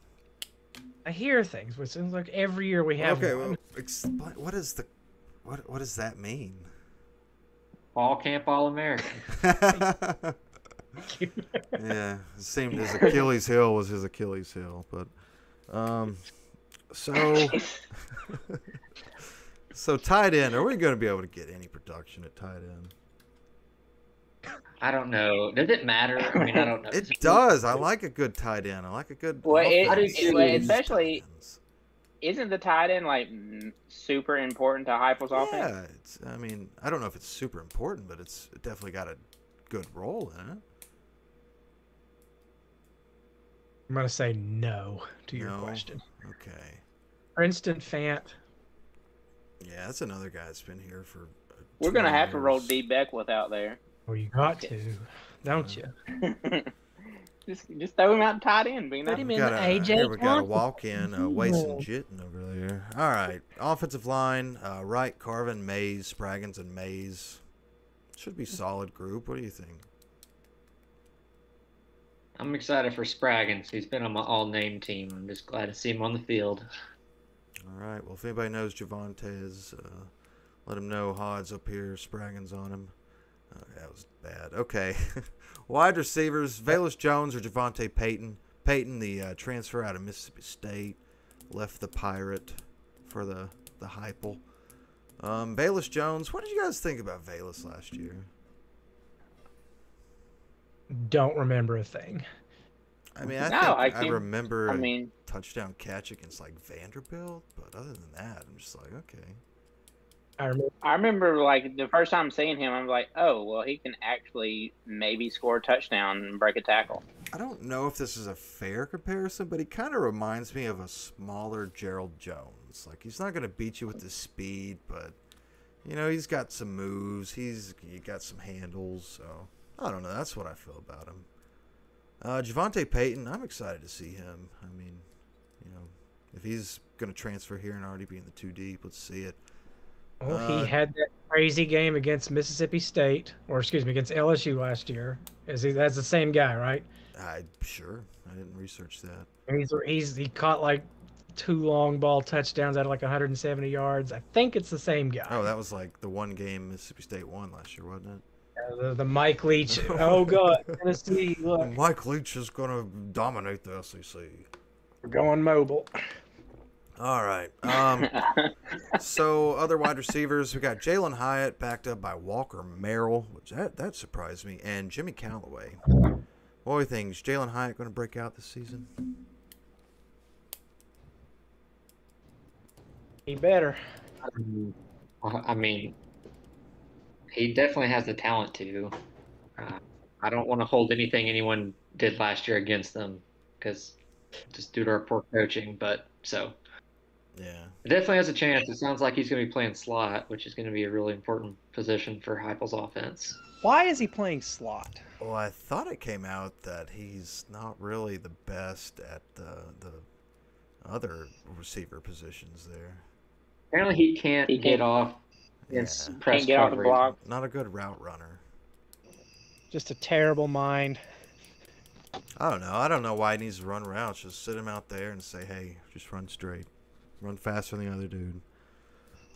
Speaker 3: I hear things, which seems like every year we
Speaker 1: that?
Speaker 3: have
Speaker 1: Okay,
Speaker 3: one.
Speaker 1: well, explain. What is the? What What does that mean?
Speaker 2: All camp, all American.
Speaker 1: yeah, it seemed his Achilles heel was his Achilles heel, but um, so so tight end. Are we going to be able to get any production at tight end?
Speaker 2: I don't know. Does it matter? I mean, I don't know.
Speaker 1: It does. I like a good tight end. I like a good.
Speaker 4: Well, it-
Speaker 1: offense
Speaker 2: it-
Speaker 1: that
Speaker 2: well,
Speaker 1: uses tight
Speaker 4: especially-
Speaker 1: ends.
Speaker 4: Isn't the tight end like m- super important to Heupel's offense?
Speaker 1: Yeah, it's, I mean, I don't know if it's super important, but it's it definitely got a good role in it.
Speaker 3: I'm gonna say no to your
Speaker 1: No.
Speaker 3: question.
Speaker 1: Okay.
Speaker 3: Princeton Fant.
Speaker 1: Yeah, that's another guy that's been here for. uh,
Speaker 4: We're gonna
Speaker 1: 20
Speaker 4: have to roll
Speaker 1: years.
Speaker 4: D Beckwith out there.
Speaker 3: Well, you got to, Uh, don't you?
Speaker 4: just just throw him out tight end. Be
Speaker 3: Put
Speaker 4: nice.
Speaker 3: him
Speaker 1: We
Speaker 3: in
Speaker 1: got
Speaker 3: the
Speaker 1: a,
Speaker 3: AJ.
Speaker 1: here we got a
Speaker 3: Johnson.
Speaker 1: walk in, uh, Wason
Speaker 3: No.
Speaker 1: Jitten over there. All right, offensive line, uh, Wright, Carvin, Mays, Spraggins, and Mays. Should be solid group. What do you think?
Speaker 2: I'm excited for Spraggins. He's been on my all name team. I'm just glad to see him on the field.
Speaker 1: All right. Well, if anybody knows Javantes, uh, let him know Hodge up here. Spraggin's on him. Uh, that was bad. Okay. Wide receivers: Valus Jones or Javante Payton. Payton, the uh, transfer out of Mississippi State, left the Pirate for the the Hypel. Um, Valus Jones. What did you guys think about Valus last year?
Speaker 3: Don't remember a thing.
Speaker 1: I mean, I
Speaker 4: No, I
Speaker 1: think I,
Speaker 4: think-
Speaker 1: remember
Speaker 4: I
Speaker 1: a
Speaker 4: mean,
Speaker 1: touchdown catch against like Vanderbilt, but other than that, I'm just like, okay.
Speaker 3: I remember
Speaker 4: I remember like the first time seeing him, I'm like, oh well, he can actually maybe score a touchdown and break a tackle.
Speaker 1: I don't know if this is a fair comparison, but he kind of reminds me of a smaller Gerald Jones. Like he's not going to beat you with his speed, but you know he's got some moves. He's he got some handles. So I don't know. That's what I feel about him. Uh, Javante Payton, I'm excited to see him. I mean, you know, if he's going to transfer here and already be in the two deep, let's see it.
Speaker 3: oh,
Speaker 1: Uh,
Speaker 3: he had that crazy game against Mississippi State, or excuse me, against LSU last year. Is he? That's the same guy, right?
Speaker 1: I sure I didn't research that.
Speaker 3: And He's he's he caught like two long ball touchdowns out of like 170 yards. I think it's the same guy.
Speaker 1: Oh, that was like the one game Mississippi State won last year, wasn't it?
Speaker 3: Uh, the, the Mike Leach. oh God, Tennessee, look,
Speaker 1: E Mike Leach is going to dominate the SEC.
Speaker 3: we're going mobile.
Speaker 1: All right. Um, so other wide receivers, we got Jalen Hyatt backed up by Walker Merrill, which that, that surprised me, and Jimmy Callaway. What do you think? Is Jalen Hyatt going to break out this season?
Speaker 3: He better.
Speaker 2: Um, I mean, he definitely has the talent to. Uh, I don't want to hold anything anyone did last year against them because just due to our poor coaching. But so
Speaker 1: Yeah.
Speaker 2: it definitely has a chance. It sounds like he's going to be playing slot, which is going to be a really important position for Heupel's offense.
Speaker 5: Why is he playing slot?
Speaker 1: Well, I thought it came out that he's not really the best at the the other receiver positions there.
Speaker 2: Apparently, he can't
Speaker 4: He
Speaker 2: get
Speaker 4: can't-
Speaker 2: off. against
Speaker 1: Yeah.
Speaker 2: press
Speaker 4: Can't get off the
Speaker 2: coverage.
Speaker 4: block.
Speaker 1: Not a good route runner.
Speaker 5: Just a terrible mind.
Speaker 1: I don't know. I don't know why he needs to run routes. Just sit him out there and say, hey, just run straight. Run faster than the other dude.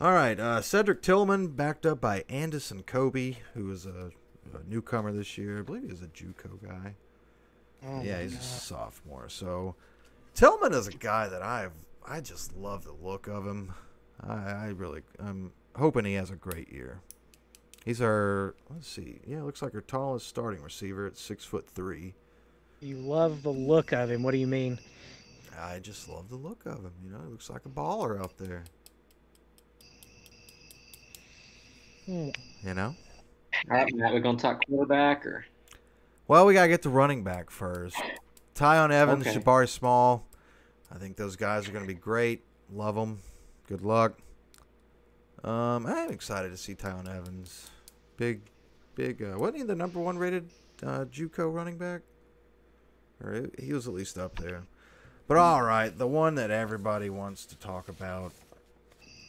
Speaker 1: All right. Uh, Cedric Tillman, backed up by Anderson Kobe, who is a, a newcomer this year. I believe he was a Juco guy.
Speaker 5: Oh
Speaker 1: yeah,
Speaker 5: my
Speaker 1: he's a
Speaker 5: God.
Speaker 1: sophomore. So Tillman is a guy that I I just love the look of him. I, I really I'm hoping he has a great year. He's our let's see, yeah, looks like our tallest starting receiver at six foot three.
Speaker 5: You love the look of him. What do you mean?
Speaker 1: I just love the look of him. You know, he looks like a baller out there.
Speaker 5: Hmm.
Speaker 1: You know.
Speaker 2: All right, Matt, we're going to talk quarterback or
Speaker 1: Well, we gotta get the running back first. Tyon Evans,
Speaker 2: Okay.
Speaker 1: Jabari Small. I think those guys are gonna be great. Love them. Good luck. Um, I'm excited to see Tyon Evans. Big, big. Uh, wasn't he the number one rated uh, JUCO running back? Or he- he was at least up there. But all right, the one that everybody wants to talk about,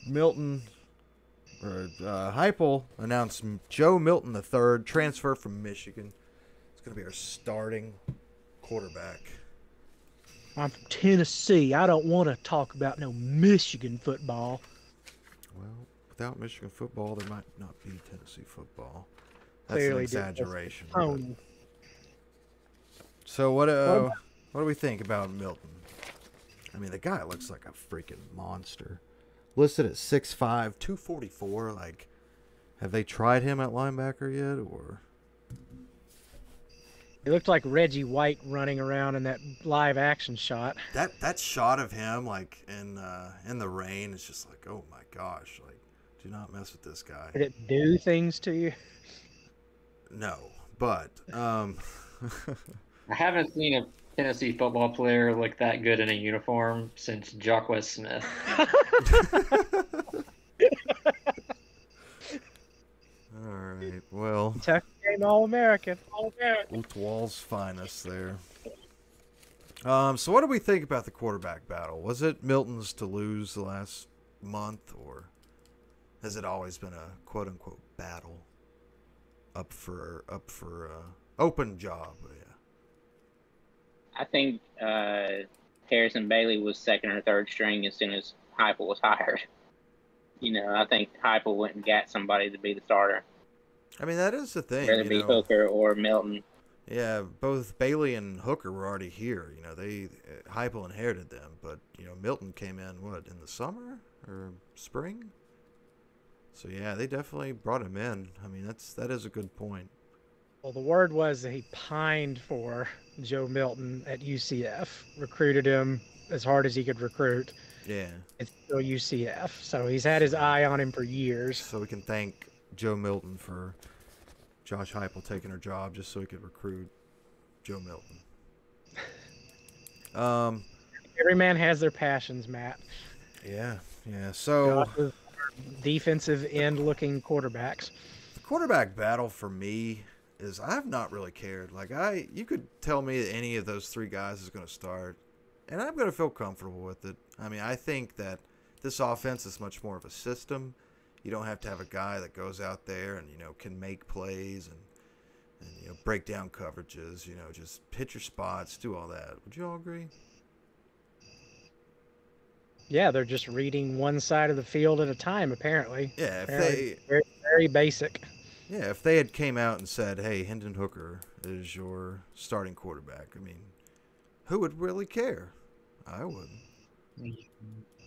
Speaker 1: Milton or uh, Heupel announced Joe Milton the third transfer from Michigan. It's gonna be our starting quarterback.
Speaker 5: I'm from Tennessee. I don't want to talk about no Michigan football.
Speaker 1: Well, without Michigan football, there might not be Tennessee football. That's
Speaker 5: Clearly
Speaker 1: an
Speaker 5: did. That's
Speaker 1: exaggeration. but-
Speaker 5: Oh,
Speaker 1: So what? Uh, what do we think about Milton? I mean, the guy looks like a freaking monster. Listed at 6'5", 244. Like, have they tried him at linebacker yet? Or
Speaker 5: he looked like Reggie White running around in that live action shot.
Speaker 1: that that shot of him like in uh, in the rain is just like, oh my gosh! Like, do not mess with this guy.
Speaker 5: Did it do things to you?
Speaker 1: No, but um,
Speaker 2: I haven't seen a Tennessee football player look that good in a uniform since Jacquez Smith.
Speaker 1: all right. Well,
Speaker 5: Kentucky game All American. All American.
Speaker 1: Ootwall's finest there. Um, so what do we think about the quarterback battle? Was it Milton's to lose the last month, or has it always been a quote unquote battle up for up for uh, open job? Yeah.
Speaker 4: I think uh, Harrison Bailey was second or third string as soon as Heupel was hired. You know, I think Heupel went and got somebody to be the starter,
Speaker 1: I mean that is the thing.
Speaker 4: whether
Speaker 1: you
Speaker 4: it be
Speaker 1: know.
Speaker 4: Hooker or Milton.
Speaker 1: Yeah, both Bailey and Hooker were already here. You know, they uh, Heupel inherited them, but you know Milton came in what in the summer or spring. So yeah, they definitely brought him in. I mean, that's that is a good point.
Speaker 5: Well, the word was that he pined for Joe Milton at UCF, recruited him as hard as he could recruit.
Speaker 1: Yeah.
Speaker 5: It's still UCF, so he's had his eye on him for years.
Speaker 1: So we can thank Joe Milton for Josh Heupel taking her job just so he could recruit Joe Milton. Um.
Speaker 5: Every man has their passions, Matt.
Speaker 1: Yeah. Yeah. So.
Speaker 5: Josh was our defensive end looking quarterbacks.
Speaker 1: the quarterback battle for me is I've not really cared. Like I, you could tell me that any of those three guys is going to start, and I'm going to feel comfortable with it. I mean, I think that this offense is much more of a system. You don't have to have a guy that goes out there and you know can make plays and and you know break down coverages. You know, just hit your spots, do all that. Would you all agree?
Speaker 5: Yeah, they're just reading one side of the field at a time, apparently.
Speaker 1: Yeah. If
Speaker 5: Apparently,
Speaker 1: they
Speaker 5: very, very basic.
Speaker 1: Yeah, if they had came out and said, "Hey, Hendon Hooker is your starting quarterback," I mean, who would really care? I would.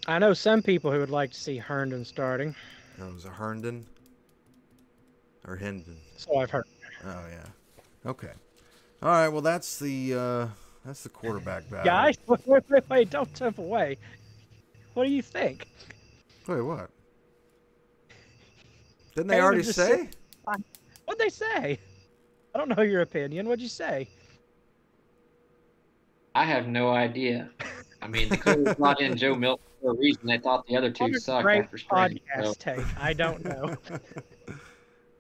Speaker 5: I know some people who would like to see Herndon starting.
Speaker 1: No, it was a Herndon or Hendon.
Speaker 5: So I've heard.
Speaker 1: Oh yeah. Okay. All right. Well, that's the uh, that's the quarterback battle.
Speaker 5: Guys, wait, wait, wait, wait, don't tip away. What do you think?
Speaker 1: Wait, what? Didn't they
Speaker 5: Taylor
Speaker 1: already
Speaker 5: just
Speaker 1: say?
Speaker 5: said- What'd they say? I don't know your opinion. What'd you say?
Speaker 2: I have no idea. I mean, they clearly brought in Joe Milton for a reason. They thought the other
Speaker 5: What
Speaker 2: two
Speaker 5: a
Speaker 2: sucked
Speaker 5: great
Speaker 2: after spring. So,
Speaker 5: podcast take. I don't know.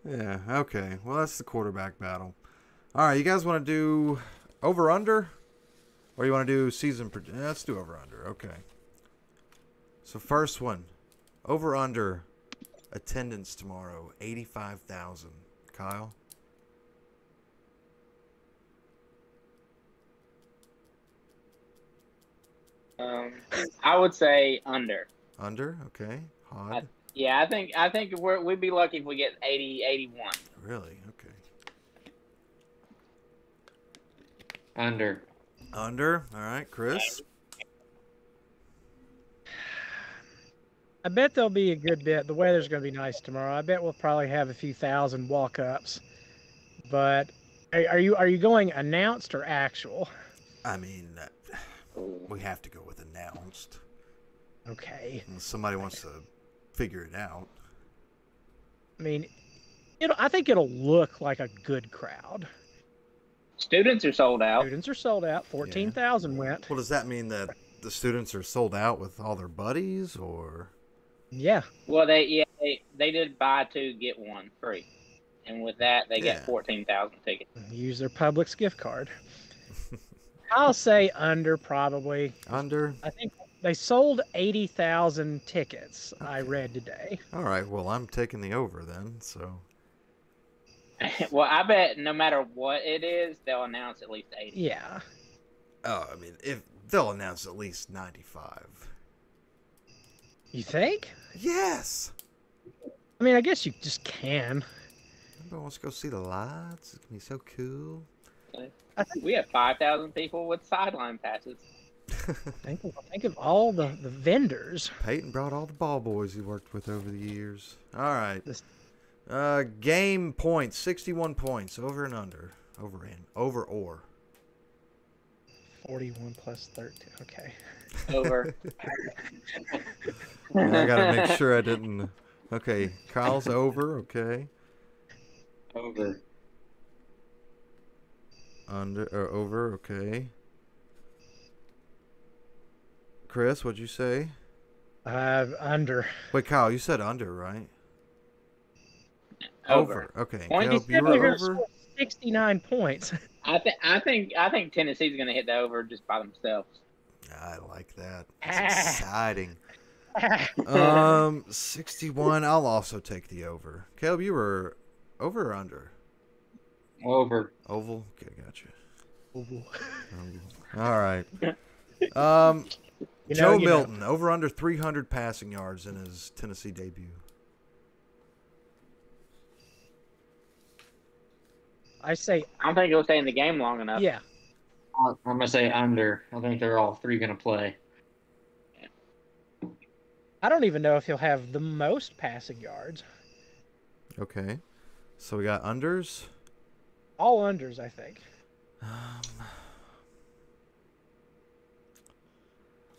Speaker 1: yeah. Okay. Well, that's the quarterback battle. All right. You guys want to do over under, or you want to do season? Pro- yeah, let's do over under. Okay. So first one, over under, attendance tomorrow eighty five thousand. Kyle.
Speaker 4: Um, I would say under.
Speaker 1: Under. Okay. Hod.
Speaker 4: Yeah, I think I think we're, we'd be lucky if we get 80, 81.
Speaker 1: Really? Okay.
Speaker 2: under.
Speaker 1: Under. All right, Chris.
Speaker 5: I bet there'll be a good bit. The weather's going to be nice tomorrow. I bet we'll probably have a few thousand walk-ups. But are, are you are you going announced or actual?
Speaker 1: I mean, that- we have to go with announced
Speaker 5: Okay.
Speaker 1: unless somebody wants to figure it out.
Speaker 5: I mean, it'll, I think it'll look like a good crowd.
Speaker 4: Students are sold out.
Speaker 5: Students are sold out. Fourteen thousand went.
Speaker 1: Well, does that mean that the students are sold out with all their buddies, or
Speaker 5: Yeah.
Speaker 4: Well, they yeah they, they did buy two get one free, and with that they
Speaker 1: Yeah.
Speaker 4: get fourteen thousand tickets.
Speaker 5: Use their Publix gift card. I'll say under probably.
Speaker 1: under?
Speaker 5: I think they sold eighty thousand tickets. I read today.
Speaker 1: All right. Well, I'm taking the over then. So
Speaker 4: well, I bet no matter what it is, they'll announce at least eighty.
Speaker 5: Yeah.
Speaker 1: oh, I mean, if they'll announce at least ninety-five.
Speaker 5: You think?
Speaker 1: Yes.
Speaker 5: I mean, I guess you just can.
Speaker 1: Everybody wants to go see the lights. It's gonna be so cool.
Speaker 5: I think,
Speaker 4: We have five thousand people with sideline passes.
Speaker 5: think, think of all the, the vendors.
Speaker 1: Peyton brought all the ball boys he worked with over the years. All right.
Speaker 5: This-
Speaker 1: Uh, game points, sixty-one points, over and under, over and over or.
Speaker 5: 41 plus 13. Okay.
Speaker 4: Over.
Speaker 1: I gotta make sure I didn't. Okay, Kyle's over. Okay,
Speaker 2: Over.
Speaker 1: under or over. Okay. Chris, what'd you say?
Speaker 5: Uh, under.
Speaker 1: Wait, Kyle, you said under, right?
Speaker 4: Over.
Speaker 1: Okay.
Speaker 4: Point
Speaker 1: Caleb, you
Speaker 4: We're
Speaker 1: were
Speaker 5: They're gonna
Speaker 1: over.
Speaker 5: score 69 points.
Speaker 4: I think I think I think Tennessee's gonna hit the over just by themselves.
Speaker 1: I like that.
Speaker 5: Ah.
Speaker 1: It's exciting. Um, sixty-one. I'll also take the over. Caleb, you were over or under?
Speaker 2: Over.
Speaker 1: Oval. Okay, gotcha.
Speaker 5: Ooh.
Speaker 1: Oval. All right. Um,
Speaker 5: You know,
Speaker 1: Joe
Speaker 5: you know.
Speaker 1: Milton over under 300 passing yards in his Tennessee debut.
Speaker 5: I say,
Speaker 4: I don't think he'll stay in the game long enough.
Speaker 5: yeah.
Speaker 2: I- I'm gonna say under. I think they're all three gonna play.
Speaker 5: I don't even know if he'll have the most passing yards.
Speaker 1: Okay, so we got unders.
Speaker 5: All unders, I think.
Speaker 1: Um,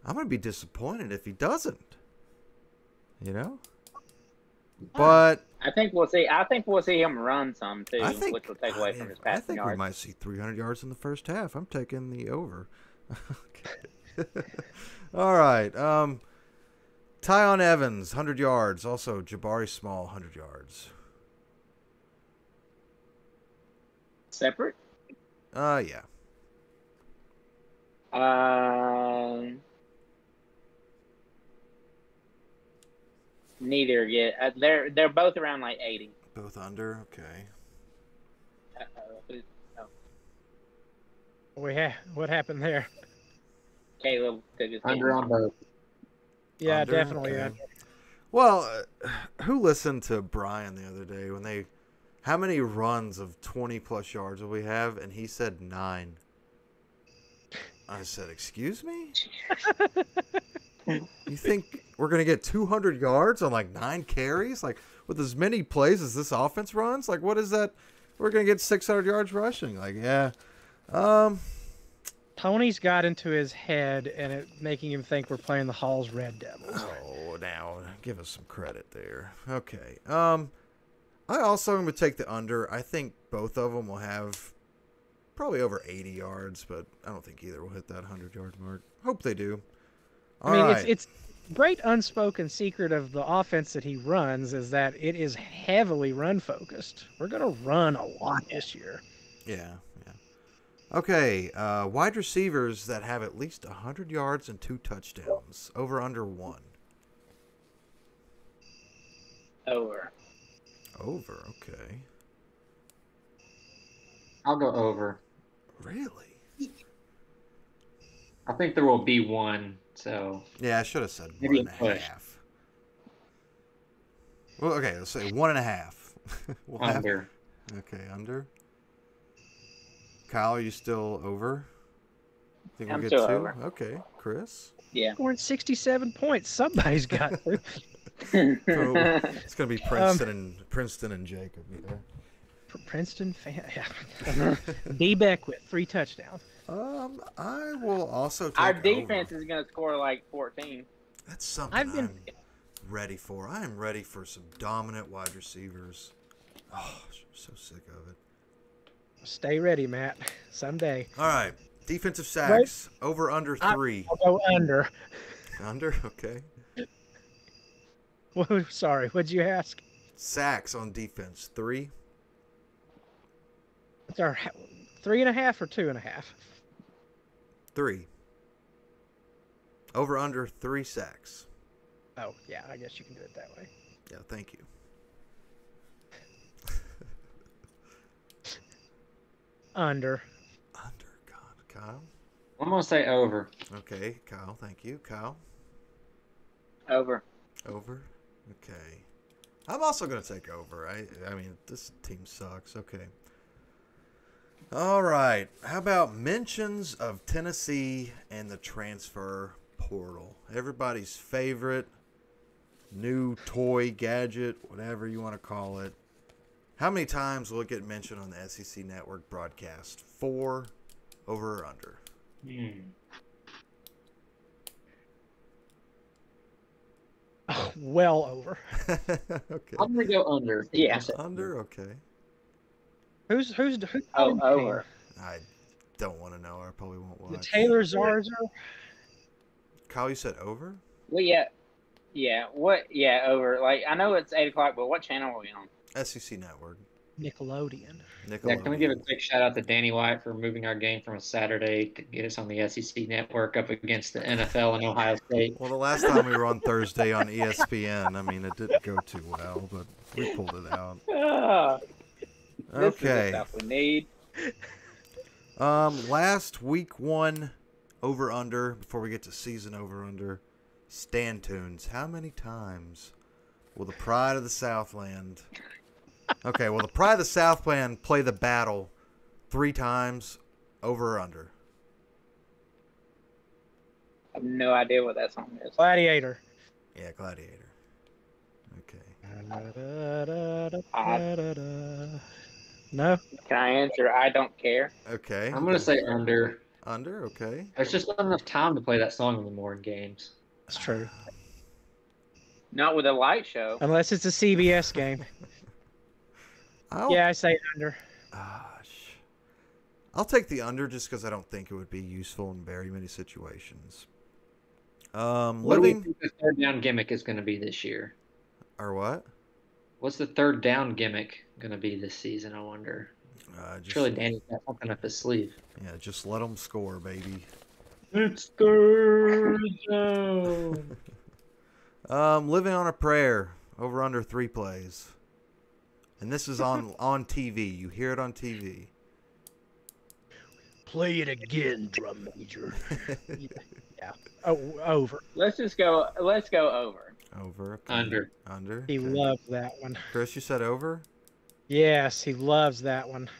Speaker 1: I'm gonna be disappointed if he doesn't. You know, but
Speaker 4: I think we'll see. I think we'll see him run some too,
Speaker 1: I think
Speaker 4: which will take away
Speaker 1: I,
Speaker 4: from his
Speaker 1: I
Speaker 4: passing
Speaker 1: think we
Speaker 4: yards.
Speaker 1: might see 300 yards in the first half. I'm taking the over. Okay. All right. Um, Tyon Evans 100 yards. Also Jabari Small 100 yards.
Speaker 4: Separate.
Speaker 1: Uh, yeah.
Speaker 4: Um, neither yet. Uh, they're they're both around like eighty.
Speaker 1: Both under. Okay.
Speaker 4: Uh,
Speaker 5: We ha- what happened there?
Speaker 4: Caleb took his
Speaker 2: Under on both.
Speaker 5: Yeah,
Speaker 1: Under?
Speaker 5: definitely.
Speaker 1: Okay.
Speaker 5: under.
Speaker 1: Well, uh, who listened to Brian the other day when they, how many runs of 20 plus yards will we have? And he said nine. I said, excuse me? You think we're gonna get 200 yards on like nine carries? Like with as many plays as this offense runs? Like what is that? We're gonna get 600 yards rushing? Like yeah, um,
Speaker 5: Tony's got into his head, and it making him think we're playing the Hall's Red Devils.
Speaker 1: Oh, now give us some credit there. Okay. Um, I also am going to take the under. I think both of them will have probably over 80 yards, but I don't think either will hit that 100 yard mark. Hope they do. All
Speaker 5: I mean,
Speaker 1: right.
Speaker 5: it's it's great unspoken secret of the offense that he runs is that it is heavily run focused. We're gonna run a lot this year.
Speaker 1: yeah. Yeah. Okay. Uh, wide receivers that have at least 100 yards and two touchdowns. Over under one.
Speaker 4: Over.
Speaker 1: Over. Okay.
Speaker 2: I'll go over.
Speaker 1: Really?
Speaker 2: I think there will be one. So
Speaker 1: Yeah, I should have said one
Speaker 2: Maybe
Speaker 1: and a
Speaker 2: a push.
Speaker 1: half. Well, okay, let's say one and a half. we'll have-
Speaker 2: under.
Speaker 1: okay, under. Kyle, are you still over? Think
Speaker 4: I'm still
Speaker 1: two?
Speaker 4: over.
Speaker 1: Okay, Chris.
Speaker 4: Yeah.
Speaker 5: Scoring sixty-seven points. Somebody's got to.
Speaker 1: It's gonna be Princeton and Princeton and Jacob. Either.
Speaker 5: Pr- Princeton fan. Yeah. Beck with three touchdowns.
Speaker 1: Um, I will also. Take
Speaker 4: Our
Speaker 1: over.
Speaker 4: defense is going to score like 14.
Speaker 1: That's something i
Speaker 5: I've been-
Speaker 1: am ready for. I am ready for some dominant wide receivers. Oh, I'm so sick of it.
Speaker 5: Stay ready, Matt. Someday.
Speaker 1: All right, defensive sacks over under
Speaker 5: I-
Speaker 1: three.
Speaker 5: I'll go under.
Speaker 1: Under? Okay.
Speaker 5: Whoa, Sorry, what'd you ask?
Speaker 1: Sacks on defense. Three.
Speaker 5: It's our ha- three and a half or two and a half.
Speaker 1: Three. Over under three sacks.
Speaker 5: Oh yeah, I guess you can do it that way.
Speaker 1: Yeah, thank you.
Speaker 5: Under.
Speaker 1: Under. God. Kyle.
Speaker 2: I'm gonna say over.
Speaker 1: Okay. Kyle. Thank you. Kyle.
Speaker 4: Over.
Speaker 1: Over. Okay. I'm also going to take over. I, I mean, this team sucks. Okay. All right. How about mentions of Tennessee and the transfer portal? Everybody's favorite new toy, gadget, whatever you want to call it. How many times will it get mentioned on the SEC network broadcast? Four over or under?
Speaker 2: Hmm.
Speaker 5: Oh, well over.
Speaker 1: okay.
Speaker 2: I'm gonna go under.
Speaker 4: Yeah.
Speaker 1: Under? Okay.
Speaker 5: Who's who's who?
Speaker 4: Oh, over.
Speaker 1: I don't want to know. I probably won't watch.
Speaker 5: The Taylor Zarzer.
Speaker 1: Kyle, you said over?
Speaker 4: Well, yeah. Yeah. What? Yeah, over. Like, I know it's 8 o'clock, but what channel are we on?
Speaker 1: SEC E Network.
Speaker 5: Nickelodeon.
Speaker 2: Yeah,
Speaker 1: Nickelodeon.
Speaker 2: can we give a quick shout out to Danny White for moving our game from a Saturday to get us on the SEC network up against the NFL and Ohio State?
Speaker 1: Well, the last time we were on Thursday on E ESPN, I mean, it didn't go too well, but we pulled it out.
Speaker 4: Ah, this is the
Speaker 1: Okay.
Speaker 4: stuff we need.
Speaker 1: Um, last week one over under before we get to season over under stand tunes. How many times will the pride of the Southland? Okay, will the pride of the Southland play the battle three times over or under?
Speaker 4: I have no idea what that song is.
Speaker 5: Gladiator.
Speaker 1: Yeah, Gladiator. Okay.
Speaker 5: No.
Speaker 4: Can I answer? I don't care.
Speaker 1: Okay.
Speaker 2: I'm gonna say under.
Speaker 1: under. Okay.
Speaker 2: There's just not enough time to play that song anymore in games.
Speaker 5: That's true.
Speaker 4: Not with a light show.
Speaker 5: Unless it's a CBS game.
Speaker 1: I'll,
Speaker 5: Yeah, I say under.
Speaker 1: Gosh. I'll take the under just because I don't think it would be useful in very many situations. Um,
Speaker 2: What do we
Speaker 1: living
Speaker 2: think the third down gimmick is gonna be this year?
Speaker 1: or what?
Speaker 2: What's the third down gimmick gonna be this season? I wonder.
Speaker 1: Uh, just,
Speaker 2: Surely Danny's got something up his sleeve.
Speaker 1: yeah, just let them score, baby.
Speaker 2: It's third down.
Speaker 1: Um, living on a prayer over under three plays, and this is on on TV. You hear it on TV.
Speaker 5: Play it again, drum major. yeah. Oh, over.
Speaker 4: Let's just go. Let's go over.
Speaker 1: Over. okay.
Speaker 2: Under.
Speaker 1: Under.
Speaker 5: He
Speaker 1: okay.
Speaker 5: loved that one.
Speaker 1: Chris, you said over.
Speaker 5: Yes, he loves that one.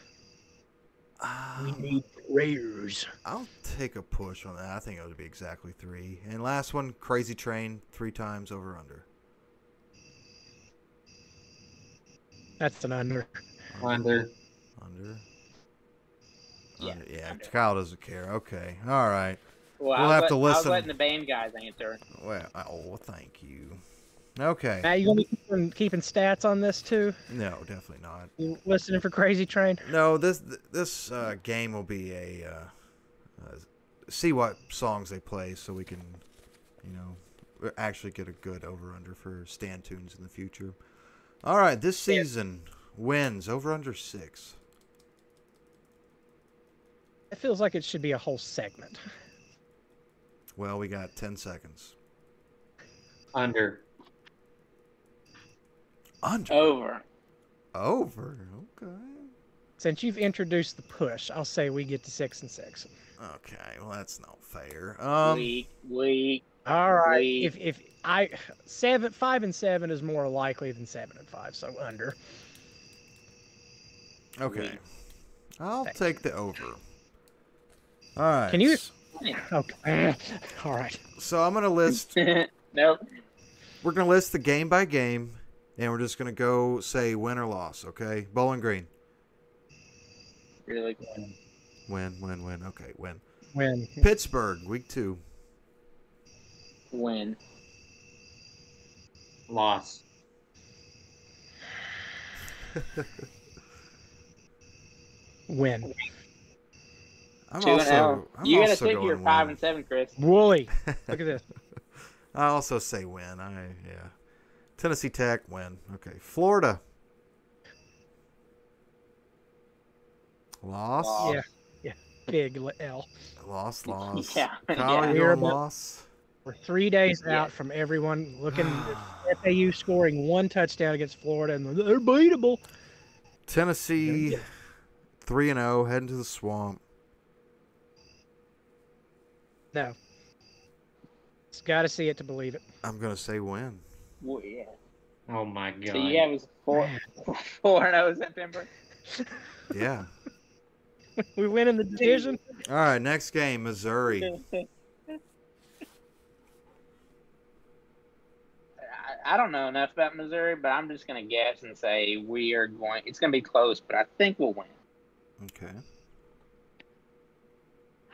Speaker 5: We
Speaker 1: Um,
Speaker 5: need Raiders.
Speaker 1: I'll take a push on that. I think it would be exactly three. And last one, Crazy Train, three times over under.
Speaker 5: That's an under.
Speaker 2: Under.
Speaker 1: Under.
Speaker 4: Yeah,
Speaker 1: Under- Yeah.
Speaker 4: under.
Speaker 1: Kyle doesn't care. Okay. All right.
Speaker 4: Well,
Speaker 1: We'll
Speaker 4: I
Speaker 1: have
Speaker 4: was
Speaker 1: to
Speaker 4: let- I was
Speaker 1: listen.
Speaker 4: letting the band guys answer.
Speaker 1: Well. Oh, thank you. Okay.
Speaker 5: Matt, you gonna be keeping, keeping stats on this too?
Speaker 1: No, definitely not.
Speaker 5: You listening for Crazy Train?
Speaker 1: No, this this uh, game will be a uh, uh, see what songs they play, so we can, you know, actually get a good over under for stand tunes in the future. All right, this
Speaker 4: Yeah.
Speaker 1: season wins over under six.
Speaker 5: It feels like it should be a whole segment.
Speaker 1: Well, we got ten seconds.
Speaker 2: Under.
Speaker 1: Under
Speaker 4: Over.
Speaker 1: over. Okay.
Speaker 5: Since you've introduced the push, I'll say we get to six and six.
Speaker 1: Okay. Well, that's not fair. Um.
Speaker 4: weak, weak.
Speaker 5: All right.
Speaker 4: We-
Speaker 5: If if I seven five and seven is more likely than seven and five, so under.
Speaker 1: Okay. I'll
Speaker 5: Thanks.
Speaker 1: take the over. All right.
Speaker 5: Can you-
Speaker 1: s-
Speaker 5: Okay. All right.
Speaker 1: So I'm gonna list
Speaker 4: nope.
Speaker 1: We're gonna list the game by game, and we're just gonna go say win or loss. Okay, Bowling Green,
Speaker 4: Really.
Speaker 1: win, win, win. Okay, win.
Speaker 5: When
Speaker 1: Pittsburgh, week two.
Speaker 4: Win.
Speaker 2: Loss.
Speaker 5: when
Speaker 1: I'm
Speaker 4: Two and
Speaker 1: also.
Speaker 4: L.
Speaker 1: I'm
Speaker 4: You gotta
Speaker 1: also
Speaker 4: stick to your
Speaker 1: going
Speaker 4: five
Speaker 1: win.
Speaker 4: and seven, Chris.
Speaker 5: Wooly. Look at this.
Speaker 1: I also say win. I yeah. Tennessee Tech, win. Okay, Florida. Loss,
Speaker 4: Loss.
Speaker 5: Yeah. Yeah. Big li- L.
Speaker 1: loss, loss.
Speaker 4: Yeah,
Speaker 1: Kyle,
Speaker 4: yeah.
Speaker 1: you're
Speaker 5: We're
Speaker 1: on
Speaker 5: about-
Speaker 1: loss.
Speaker 5: We're three days
Speaker 4: Yeah.
Speaker 5: out from everyone looking at FAU scoring one touchdown against Florida, and they're beatable.
Speaker 1: Tennessee, three and zero, heading to the swamp.
Speaker 5: No. It's got to see it to believe it.
Speaker 1: I'm gonna say win.
Speaker 4: Well, yeah.
Speaker 2: Oh my god.
Speaker 4: So you have us four, four and oh September.
Speaker 1: Yeah.
Speaker 5: We win in the division.
Speaker 1: All right, next game, Missouri.
Speaker 4: I, I don't know enough about Missouri, but I'm just gonna guess and say we are going. It's gonna be close, but I think we'll win.
Speaker 1: Okay.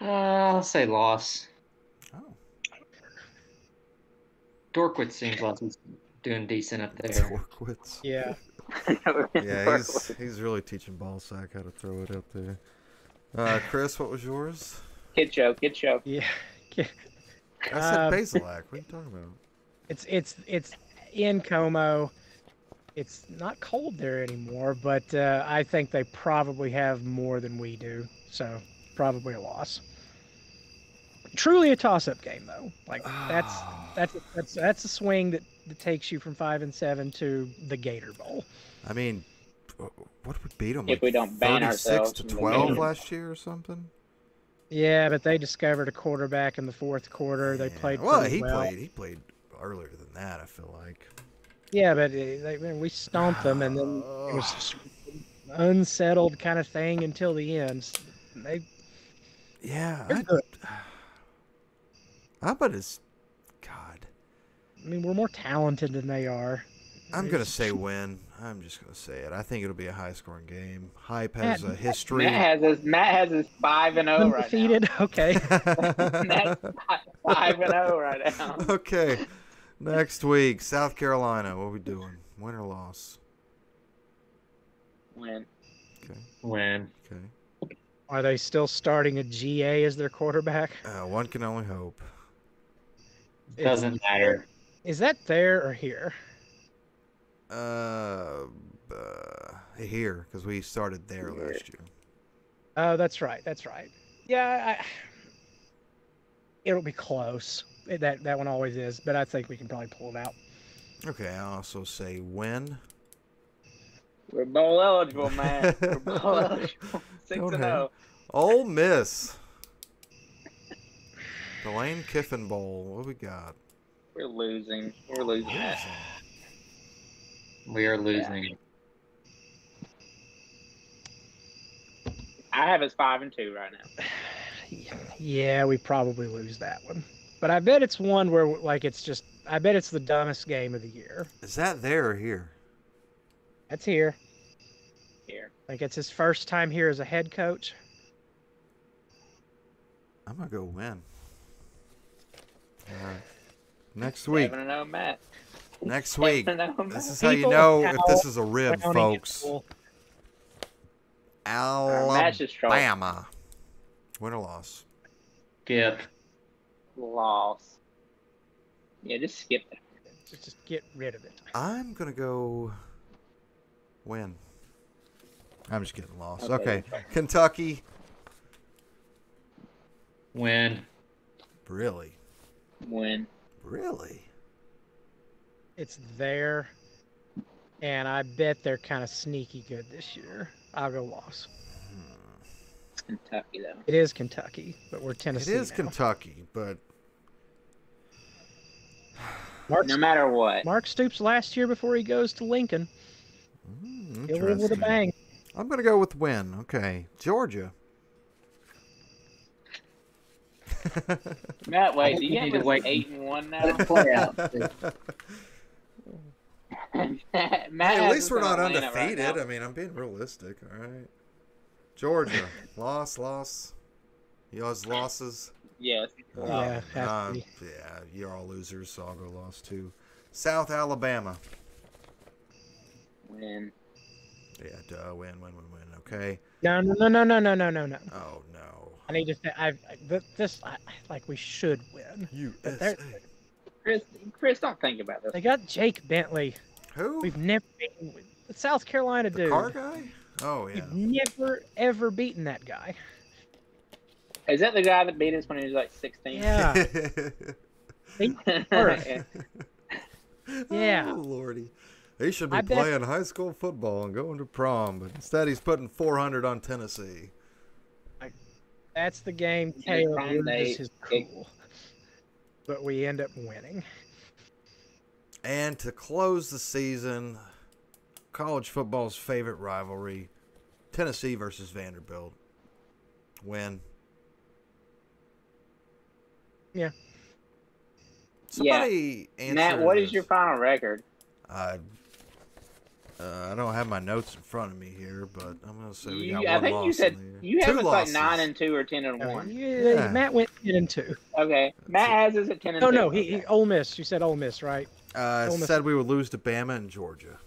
Speaker 2: Uh, I'll say loss.
Speaker 1: Oh.
Speaker 2: Dorkwitz seems like he's doing decent up there.
Speaker 1: Torquitz.
Speaker 5: Yeah.
Speaker 1: Yeah, he's he's really teaching Ballsack how to throw it out there. Uh, Chris, what was yours?
Speaker 4: Kid show, kid show.
Speaker 5: Yeah.
Speaker 1: I said
Speaker 4: Uh,
Speaker 5: Um,
Speaker 1: Basilak. What are you talking about?
Speaker 5: It's it's it's in Como. It's not cold there anymore, but uh, I think they probably have more than we do, so probably a loss. Truly a toss-up game, though. Like that's
Speaker 1: Ah.
Speaker 5: that's that's that's a swing that, that takes you from five and seven to the Gator Bowl.
Speaker 1: I mean, wh- what would beat him?
Speaker 4: If we don't ban ourselves
Speaker 1: to
Speaker 4: from the
Speaker 1: twelve
Speaker 4: game.
Speaker 1: last year or something.
Speaker 5: Yeah, but they discovered a quarterback in the fourth quarter. They
Speaker 1: Yeah.
Speaker 5: played
Speaker 1: well.
Speaker 5: pretty
Speaker 1: He
Speaker 5: well.
Speaker 1: played. He played earlier than that. I feel like.
Speaker 5: Yeah, but uh, they, man, we stomped them, and then it was just unsettled kind of thing until the end. S- They
Speaker 1: Yeah.
Speaker 5: They're
Speaker 1: I,
Speaker 5: good.
Speaker 1: I bet it's. God,
Speaker 5: I mean, we're more talented than they are.
Speaker 1: I'm gonna
Speaker 5: It's-
Speaker 1: say win. I'm just gonna say it. I think it'll be a high-scoring game. Hype
Speaker 5: Matt-
Speaker 1: has a history.
Speaker 4: Matt has us. Matt has us five and zero Oh, right now.
Speaker 5: undefeated. Okay,
Speaker 4: Matt's fi- five and zero right now.
Speaker 1: okay. Next week, South Carolina. What we doing? Win or loss?
Speaker 4: Win.
Speaker 1: Okay.
Speaker 2: Win.
Speaker 1: Okay.
Speaker 5: are they still starting a GA as their quarterback?
Speaker 1: Uh, one can only hope.
Speaker 5: Is-
Speaker 2: Doesn't matter.
Speaker 5: Is that there or here?
Speaker 1: Uh, uh here because we started there
Speaker 4: Here.
Speaker 1: last year.
Speaker 5: Oh, that's right. That's right. Yeah, I, it'll be close. It- That that one always is, but I think we can probably pull it out.
Speaker 1: Okay. I also say win.
Speaker 4: We're bowl eligible, man. We're bowl eligible. Six
Speaker 1: Don't
Speaker 4: and oh.
Speaker 1: hang.
Speaker 4: zero.
Speaker 1: Ole Miss. The Lane Kiffin Bowl. What we got?
Speaker 4: We're losing. We're losing. that.
Speaker 1: Losing.
Speaker 2: We are losing.
Speaker 4: I I have us five and two right now.
Speaker 5: Yeah, we probably lose that one. But I bet it's one where like it's just I bet it's the dumbest game of the year.
Speaker 1: Is that there or here?
Speaker 5: That's here.
Speaker 4: Here,
Speaker 5: Like it's his first time here as a head coach.
Speaker 1: I'm gonna go win. All right. Next week.
Speaker 4: seven and oh, Matt.
Speaker 1: Next week.
Speaker 4: Seven and oh,
Speaker 1: This
Speaker 4: Matt.
Speaker 1: is how you
Speaker 5: People
Speaker 1: know
Speaker 5: of
Speaker 1: if this is a rib,
Speaker 5: Browning and
Speaker 1: folks.
Speaker 5: Bull.
Speaker 4: Our Matt's just trolling.
Speaker 1: Alabama. Win or loss.
Speaker 2: Skip.
Speaker 4: Loss. Yeah, just skip that.
Speaker 5: Just just get rid of it.
Speaker 1: I'm gonna go win. I'm just getting lost.
Speaker 4: Okay.
Speaker 1: Okay. Kentucky.
Speaker 2: Win.
Speaker 1: Really?
Speaker 4: Win.
Speaker 1: Really?
Speaker 5: It's there. And I bet they're kind of sneaky good this year. I'll go loss.
Speaker 4: Kentucky though.
Speaker 5: It is Kentucky, but we're
Speaker 1: It
Speaker 5: Tennessee.
Speaker 1: is
Speaker 5: now.
Speaker 1: Kentucky, but
Speaker 5: Mark,
Speaker 4: No matter what.
Speaker 5: Mark Stoops last year before he goes to Lincoln.
Speaker 1: mm,
Speaker 5: He'll live with a
Speaker 1: interesting.
Speaker 5: bang.
Speaker 1: I'm gonna go with win. Okay, Georgia.
Speaker 4: Matt, wait, do
Speaker 2: You
Speaker 4: you have
Speaker 2: need to
Speaker 4: us
Speaker 2: wait.
Speaker 4: eight and one now?
Speaker 2: Let it play out.
Speaker 4: Matt,
Speaker 1: Hey, at
Speaker 4: has
Speaker 1: least
Speaker 4: us
Speaker 1: we're
Speaker 4: in
Speaker 1: not
Speaker 4: Atlanta right
Speaker 1: undefeated.
Speaker 4: now.
Speaker 1: I mean, I'm being realistic. All right. Georgia, loss, loss. Y'all's losses.
Speaker 4: yes.
Speaker 5: Oh, Yeah, has to
Speaker 1: uh,
Speaker 5: be.
Speaker 1: yeah, you're all losers, so I'll go loss too. South Alabama.
Speaker 4: Win.
Speaker 1: Yeah, duh, win, win, win, win. Okay.
Speaker 5: No, no, no, no, no, no, no, no, no.
Speaker 1: Oh no.
Speaker 5: I need to. Th- I th- this I, like we should win.
Speaker 1: USA.
Speaker 4: Chris, Chris, don't think about this.
Speaker 5: They got Jake Bentley.
Speaker 1: Who?
Speaker 5: We've never beaten the South Carolina
Speaker 1: the
Speaker 5: dude.
Speaker 1: car guy? Oh yeah.
Speaker 5: We've never ever beaten that guy.
Speaker 4: Is that the guy that beat us when he was like 16?
Speaker 5: Yeah, Earth. Yeah.
Speaker 1: Oh, Lordy. He should be
Speaker 5: I bet-
Speaker 1: playing high school football and going to prom, but instead he's putting 400 on Tennessee.
Speaker 5: that's the game.
Speaker 4: Yeah,
Speaker 5: Caleb
Speaker 4: Brian, they-
Speaker 5: loses his cool, but we end up winning.
Speaker 1: And to close the season, college football's favorite rivalry, Tennessee versus Vanderbilt. Win.
Speaker 5: Yeah.
Speaker 1: Somebody answer.
Speaker 4: Matt, what is
Speaker 1: this.
Speaker 4: your final record?
Speaker 1: I uh, I don't have my notes in front of me here, but I'm gonna say we
Speaker 4: You-
Speaker 1: got
Speaker 4: I
Speaker 1: one
Speaker 4: think
Speaker 1: loss
Speaker 4: you said
Speaker 1: in there.
Speaker 4: you have
Speaker 1: Two
Speaker 4: us
Speaker 1: losses.
Speaker 4: like nine and two or ten and
Speaker 5: No,
Speaker 4: one.
Speaker 5: yeah,
Speaker 1: Yeah.
Speaker 5: Matt went ten and two.
Speaker 4: Okay, Matt has us at ten and
Speaker 5: No,
Speaker 4: two.
Speaker 5: no, he, he
Speaker 4: Okay.
Speaker 5: Ole Miss. You said Ole Miss, right?
Speaker 1: uh,
Speaker 5: Ole Miss.
Speaker 1: said we would lose to Bama and Georgia.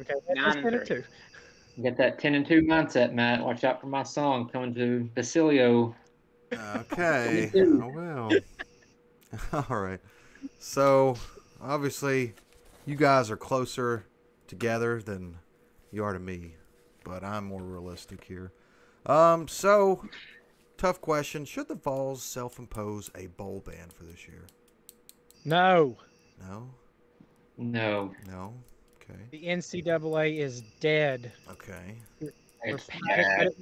Speaker 5: Okay, that's
Speaker 4: Nine and
Speaker 5: ten and
Speaker 4: three.
Speaker 5: two.
Speaker 2: Get that 10 and 2 mindset, Matt. Watch out for my song coming to Basilio.
Speaker 1: Okay.
Speaker 2: do.
Speaker 1: I will. All right. So obviously, you guys are closer together than you are to me, but I'm more realistic here. Um. So, tough question. Should the Vols self-impose a bowl ban for this year?
Speaker 5: No,
Speaker 1: No.
Speaker 2: No.
Speaker 1: No. Okay.
Speaker 5: the NCAA is dead.
Speaker 1: Okay.
Speaker 5: We're
Speaker 2: It's
Speaker 5: past
Speaker 2: bad.
Speaker 5: it.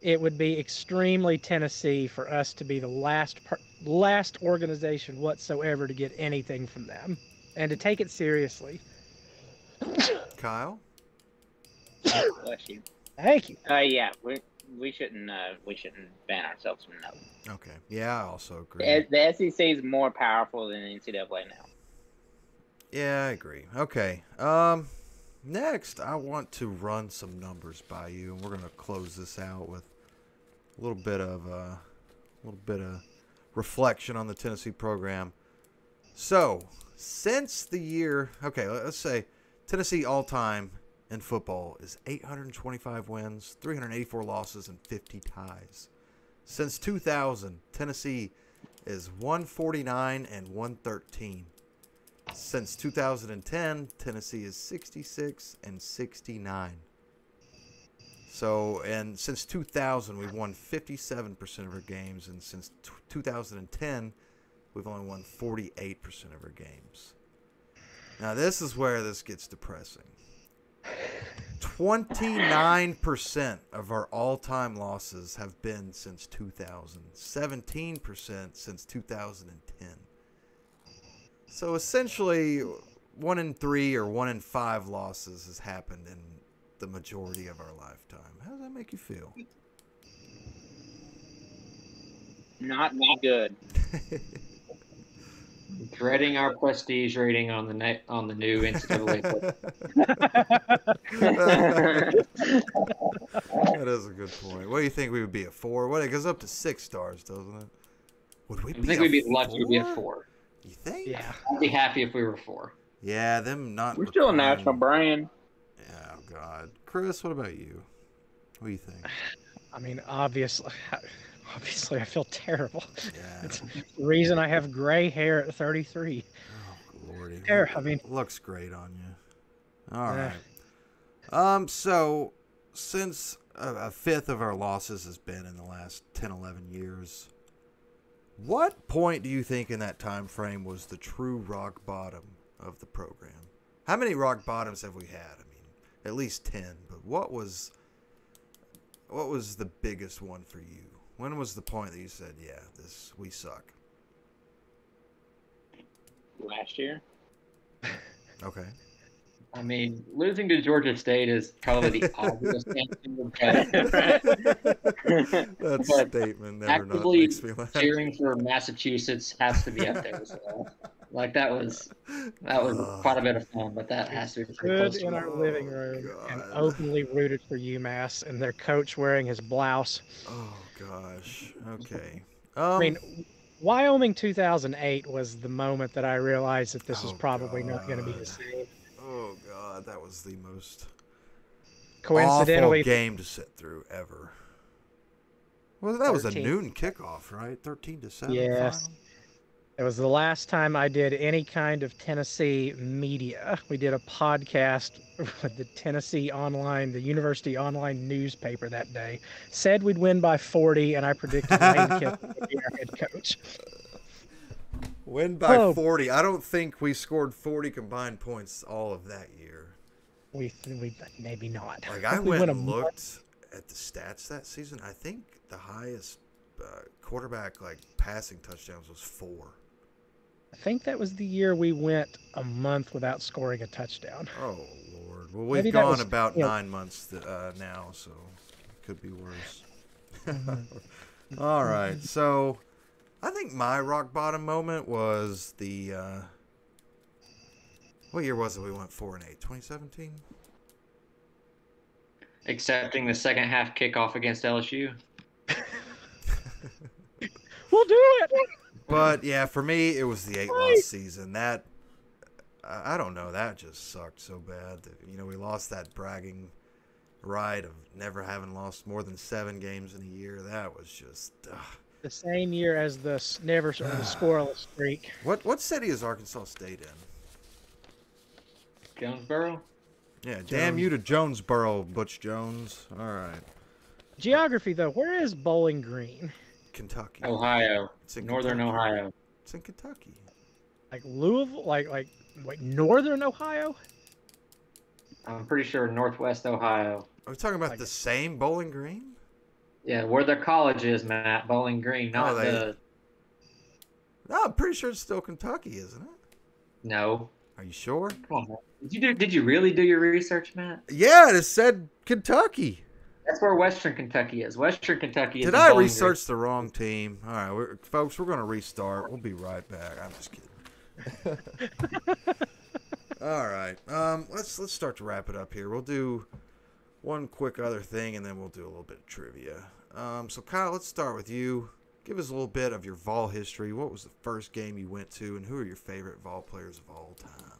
Speaker 5: It would be extremely Tennessee for us to be the last per, last organization whatsoever to get anything from them and to take it seriously.
Speaker 1: Kyle.
Speaker 4: Oh, Bless you.
Speaker 5: Thank you.
Speaker 4: Uh, yeah, we we shouldn't uh, we shouldn't ban ourselves from that.
Speaker 1: Okay. Yeah, I also agree.
Speaker 4: The, the SEC is more powerful than the NCAA now.
Speaker 1: Yeah, I agree. Okay. Um, next, I want to run some numbers by you, and we're gonna close this out with a little bit of uh, a little bit of reflection on the Tennessee program. So, since the year, okay, let- let's say Tennessee all time in football is 825 wins, 384 losses, and 50 ties. Since 2000, Tennessee is 149 and 113. Since 2010, Tennessee is 66 and 69. So, and since 2000, we've won 57% of our games, and since t- 2010, we've only won 48% of our games. Now, this is where this gets depressing. 29% of our all time losses have been since 2000, 17% since 2010. So essentially, one in three or one in five losses has happened in the majority of our lifetime. How does that make you feel?
Speaker 4: Not that good.
Speaker 2: Dreading our prestige rating on the ne- on the new NCAA.
Speaker 1: that is a good point. What do you think we would be a four? What it goes up to six stars, doesn't it? Would we?
Speaker 2: I
Speaker 1: be
Speaker 2: think
Speaker 1: a
Speaker 2: we'd be lucky to be a
Speaker 1: four?
Speaker 2: four.
Speaker 1: You think?
Speaker 5: Yeah.
Speaker 2: I'd be happy if we were four.
Speaker 1: Yeah, them not.
Speaker 4: We're still a
Speaker 1: returning-
Speaker 4: national brand.
Speaker 1: Yeah, oh God, Chris, what about you? What do you think?
Speaker 5: I mean, obviously, obviously, I feel terrible.
Speaker 1: Yeah.
Speaker 5: The reason I have gray hair at 33.
Speaker 1: Oh, lordy.
Speaker 5: Hair, I mean,
Speaker 1: Looks great on you. All
Speaker 5: Yeah.
Speaker 1: right. Um. So, since a, a fifth of our losses has been in the last 10, 11 years, what point do you think in that time frame was the true rock bottom of the program? How many rock bottoms have we had? I mean, at least ten. But what was, what was the biggest one for you? When was the point that you said, "Yeah, this we suck"?
Speaker 4: Last year,
Speaker 1: Okay.
Speaker 2: I mean, losing to Georgia State is probably the obvious answer, but
Speaker 1: that
Speaker 2: But
Speaker 1: statement never not
Speaker 2: actively
Speaker 1: makes me laugh.
Speaker 2: cheering for Massachusetts has to be up there as well. Like that was that was
Speaker 1: Ugh.
Speaker 2: quite a bit of fun, but that has to be pretty
Speaker 5: stood
Speaker 2: close.
Speaker 5: in
Speaker 2: To
Speaker 5: our
Speaker 1: Oh,
Speaker 5: living room and
Speaker 1: God.
Speaker 5: openly rooted for UMass, and their coach wearing his blouse.
Speaker 1: Oh gosh. Okay.
Speaker 5: I
Speaker 1: Um,
Speaker 5: mean, Wyoming 2008 was the moment that I realized that this is
Speaker 1: Oh,
Speaker 5: probably not going to be
Speaker 1: God.
Speaker 5: the same.
Speaker 1: oh god, that was the most
Speaker 5: Coincidentally,
Speaker 1: awful game to sit through ever. Well, that was a
Speaker 5: 13.
Speaker 1: noon kickoff, right? Thirteen to seven.
Speaker 5: Yes.
Speaker 1: final?
Speaker 5: It was the last time I did any kind of Tennessee media. We did a podcast with the Tennessee Online, the University Online newspaper that day. Said we'd win by 40, and I predicted Lane Kiffin would be our head coach.
Speaker 1: Win by
Speaker 5: Oh.
Speaker 1: forty. I don't think we scored forty combined points all of that year.
Speaker 5: We, we maybe not.
Speaker 1: Like
Speaker 5: think
Speaker 1: I
Speaker 5: we
Speaker 1: went
Speaker 5: went a
Speaker 1: and
Speaker 5: month.
Speaker 1: looked at the stats that season. I think the highest uh, quarterback like passing touchdowns was four.
Speaker 5: I think that was the year we went a month without scoring a touchdown.
Speaker 1: Oh lord. Well, we've
Speaker 5: Maybe that
Speaker 1: gone
Speaker 5: was-
Speaker 1: about
Speaker 5: yeah.
Speaker 1: nine months th- uh, now, so could be worse. All right. So, I think my rock bottom moment was the. Uh, what year was it? We went four and eight. 2017.
Speaker 2: Accepting the second half kickoff against LSU.
Speaker 5: We'll do it.
Speaker 1: But yeah, for me, it was the eight loss season. That I I don't know. That just sucked so bad. That, you know, we lost that bragging right of never having lost more than seven games in a year. That was just. ugh.
Speaker 5: The same year as the s- never or the scoreless streak.
Speaker 1: What what city is Arkansas State in?
Speaker 2: Jonesboro?
Speaker 1: Yeah, damn
Speaker 5: Jones-
Speaker 1: you to Jonesboro, Butch Jones. All right,
Speaker 5: Geography though, where is Bowling Green?
Speaker 1: Kentucky.
Speaker 2: Ohio.
Speaker 1: It's in
Speaker 2: Northern
Speaker 1: Kentucky.
Speaker 2: Ohio.
Speaker 1: It's in Kentucky.
Speaker 5: Like Louisville, like like wait, northern Ohio?
Speaker 2: I'm pretty sure Northwest Ohio.
Speaker 1: Are we talking about
Speaker 5: Like-
Speaker 1: the same Bowling Green?
Speaker 2: Yeah, where their college is, Matt. Bowling Green, not
Speaker 1: Oh, they-
Speaker 2: the
Speaker 1: No, I'm pretty sure it's still Kentucky, isn't it?
Speaker 2: No.
Speaker 1: Are you sure?
Speaker 2: Come on, Matt. Did you do did you really do your research, Matt?
Speaker 1: Yeah, it said Kentucky.
Speaker 2: That's where Western Kentucky is. Western Kentucky is
Speaker 1: Did
Speaker 2: in
Speaker 1: I
Speaker 2: Bowling Green.
Speaker 1: research the wrong team? All right, we're, folks, we're going to restart. We'll be right back. I'm just kidding. All right, um, let's let's start to wrap it up here. We'll do one quick other thing, and then we'll do a little bit of trivia. Um, so, Kyle, let's start with you. Give us a little bit of your Vol history. What was the first game you went to, and who are your favorite Vol players of all time?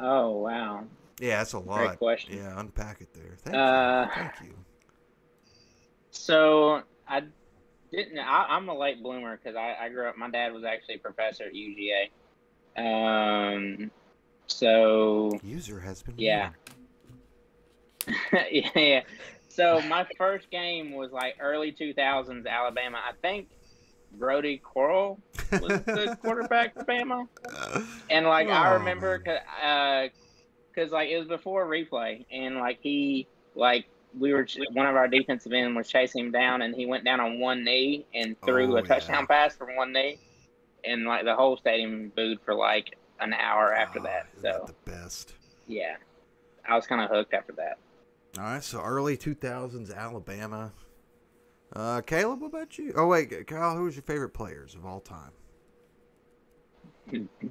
Speaker 4: Oh wow.
Speaker 1: Yeah, that's a lot.
Speaker 4: Great question.
Speaker 1: Yeah, unpack it there. Thank
Speaker 4: Uh,
Speaker 1: you. Thank you.
Speaker 4: So I didn't. I, I'm a late bloomer because I, I grew up. My dad was actually a professor at UGA. Um, so
Speaker 1: User has been.
Speaker 4: yeah.
Speaker 1: warned.
Speaker 4: yeah. So my first game was like early 2000s Alabama. I think Brody Coral was the quarterback for Bama, and like I
Speaker 1: Oh,
Speaker 4: remember
Speaker 1: man.
Speaker 4: because like it was before replay, and like he like we were ch- one of our defensive end was chasing him down, and he went down on one knee and threw
Speaker 1: Oh,
Speaker 4: a touchdown
Speaker 1: yeah.
Speaker 4: pass from one knee, and like the whole stadium booed for like an hour after
Speaker 1: Ah,
Speaker 4: that.
Speaker 1: isn't
Speaker 4: So
Speaker 1: the best.
Speaker 4: yeah, I was kind of hooked after that.
Speaker 1: All right, so early 2000s Alabama. Uh, Caleb, what about you? Oh wait, Kyle, who's your favorite players of all time?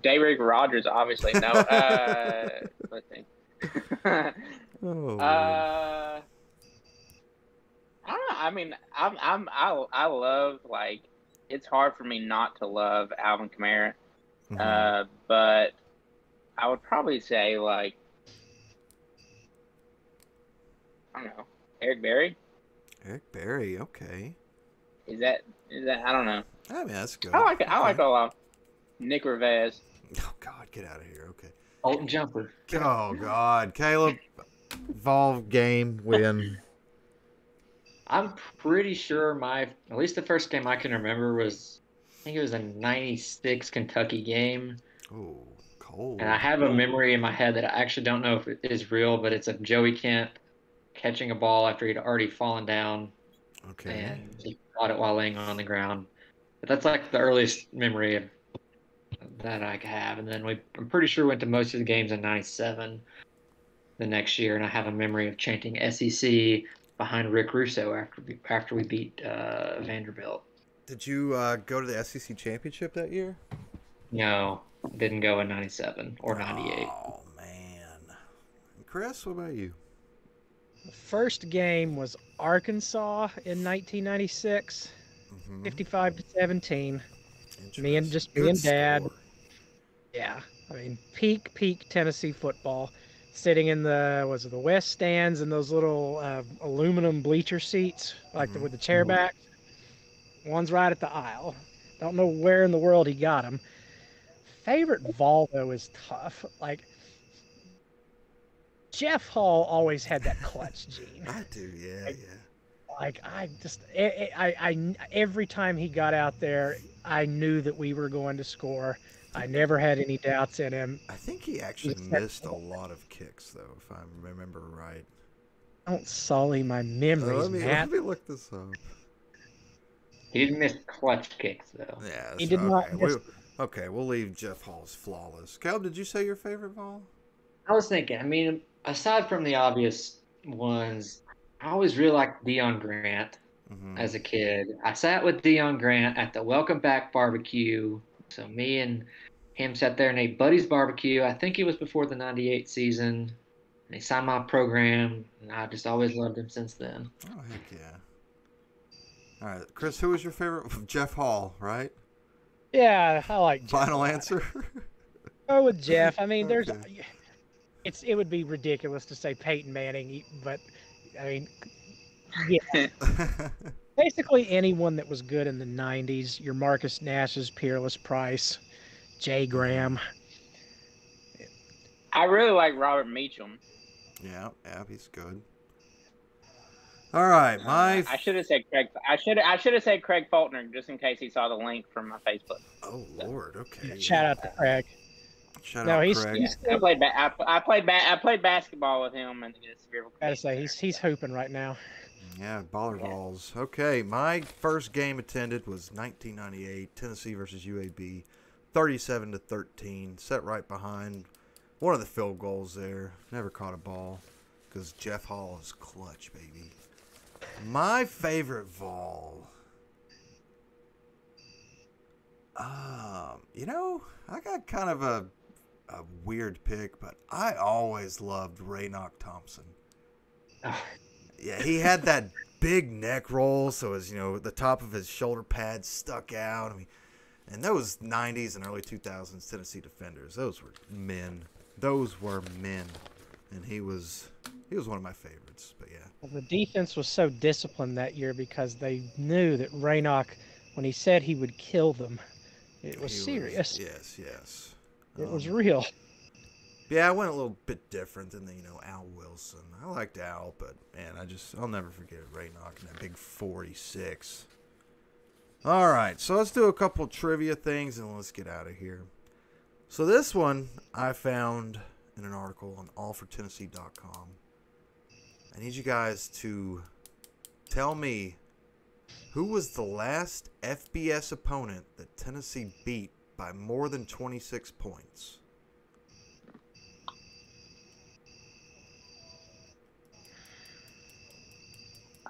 Speaker 4: Derek Rogers, obviously. No. Uh, let's see. uh,
Speaker 1: Oh,
Speaker 4: I don't know. Uh, I mean, I'm, I'm, I, I love like it's hard for me not to love Alvin Kamara,
Speaker 1: Lord.
Speaker 4: uh, but I would probably say like I don't know Eric Berry.
Speaker 1: Eric Berry, okay.
Speaker 4: Is that is that I don't know.
Speaker 1: I mean, that's good.
Speaker 4: I like I like
Speaker 1: Okay.
Speaker 4: all of 'em. Nick Rivas.
Speaker 1: Oh God, get out of here. Okay.
Speaker 2: Alton Jumper.
Speaker 1: Oh God, Caleb, Volve game win.
Speaker 2: I'm pretty sure my at least the first game I can remember was I think it was a '96 Kentucky game,
Speaker 1: Oh, cold.
Speaker 2: and I have a memory in my head that I actually don't know if it is real, but it's of Joey Kemp catching a ball after he'd already fallen down
Speaker 1: Okay.
Speaker 2: and he caught it while laying on the ground. But that's like the earliest memory of, that I have. And then we, I'm pretty sure, went to most of the games in '97 the next year, and I have a memory of chanting SEC behind Rick Russo after we, after we beat uh, Vanderbilt.
Speaker 1: Did you uh, go to the SEC championship that year?
Speaker 2: No, didn't go in '97 or '98.
Speaker 1: Oh man. Chris, what about you?
Speaker 5: The first game was Arkansas in 1996,
Speaker 1: Mhm.
Speaker 5: 55 to 17. me and- just me
Speaker 1: Good
Speaker 5: and Dad.
Speaker 1: score.
Speaker 5: Yeah, I mean peak peak Tennessee football, sitting in the was it the west stands in those little uh, aluminum bleacher seats like the, with the chair
Speaker 1: Mhm.
Speaker 5: back. One's right at the aisle. Don't know where in the world he got him. Favorite Volvo is tough. Like Jeff Hall always had that clutch gene.
Speaker 1: I do, yeah,
Speaker 5: Like-
Speaker 1: yeah.
Speaker 5: Like I just I, I, I every time he got out there, I knew that we were going to score. I never had any doubts in him.
Speaker 1: I think he actually
Speaker 5: He's-
Speaker 1: missed a lot of kicks though, if I remember right.
Speaker 5: Don't sully my
Speaker 1: Uh,
Speaker 5: memories,
Speaker 1: let me
Speaker 5: Matt.
Speaker 1: let me look this up.
Speaker 2: He didn't miss clutch kicks though.
Speaker 1: Yeah,
Speaker 5: He
Speaker 1: that's-
Speaker 5: did not
Speaker 1: okay,
Speaker 5: miss-
Speaker 1: we- okay, we'll leave Jeff Hall's flawless. Caleb, did you say your favorite ball?
Speaker 2: I was thinking. I mean, aside from the obvious ones, I always really liked Dion Grant.
Speaker 1: Mm-hmm.
Speaker 2: as a kid. I sat with Dion Grant at the Welcome Back barbecue. So me and him sat there and ate Buddy's barbecue. I think it was before the '98 season. And he signed my program, and I just always loved him since then.
Speaker 1: Oh heck yeah! All right, Chris, who was your favorite? Jeff Hall, right?
Speaker 5: Yeah, I like Jeff.
Speaker 1: Final answer.
Speaker 5: Go with Jeff. I mean, there's
Speaker 1: Okay.
Speaker 5: it's it would be ridiculous to say Peyton Manning, e, but I mean, yeah, basically anyone that was good in the '90s. Your Marcus Nash's, Peerless Price, Jay Graham.
Speaker 4: I really like Robert Meacham.
Speaker 1: yeah, yeah, he's good. All right, my.
Speaker 4: Uh, I should have said Craig. I should I should have said Craig Faulkner just in case he saw the link from my Facebook.
Speaker 1: oh Lord, okay.
Speaker 5: Shout out to Craig.
Speaker 1: Shout
Speaker 5: No,
Speaker 1: out
Speaker 5: he's,
Speaker 1: Craig.
Speaker 5: he's
Speaker 4: I
Speaker 5: still,
Speaker 4: played ba- I, I played ba- I played basketball with him and the severe.
Speaker 5: gotta say he's he's hooping right now.
Speaker 1: Yeah, baller
Speaker 4: Yeah.
Speaker 1: balls. Okay, my first game attended was 1998, Tennessee versus UAB, 37 to 13. Set right behind one of the field goals there. Never caught a ball because Jeff Hall is clutch, baby. My favorite ball. Um, you know, I got kind of a a weird pick, but I always loved Raynock Thompson.
Speaker 2: Oh,
Speaker 1: Yeah, he had that big neck roll, so his you know the top of his shoulder pads stuck out. I mean, and those '90s and early 2000s Tennessee defenders, those were men. Those were men, and he was he was one of my favorites. But yeah,
Speaker 5: Well, the defense was so disciplined that year because they knew that Raynock, when he said he would kill them, it was
Speaker 1: he
Speaker 5: serious.
Speaker 1: yes, yes.
Speaker 5: It was
Speaker 1: Um,
Speaker 5: real.
Speaker 1: yeah, I went a little bit different than the, you know Al Wilson. I liked Al, but man, I just I'll never forget Raynock and that big 46. All right, so let's do a couple trivia things and let's get out of here. So this one I found in an article on allfortennessee.com. I need you guys to tell me who was the last FBS opponent that Tennessee beat by more than 26 points.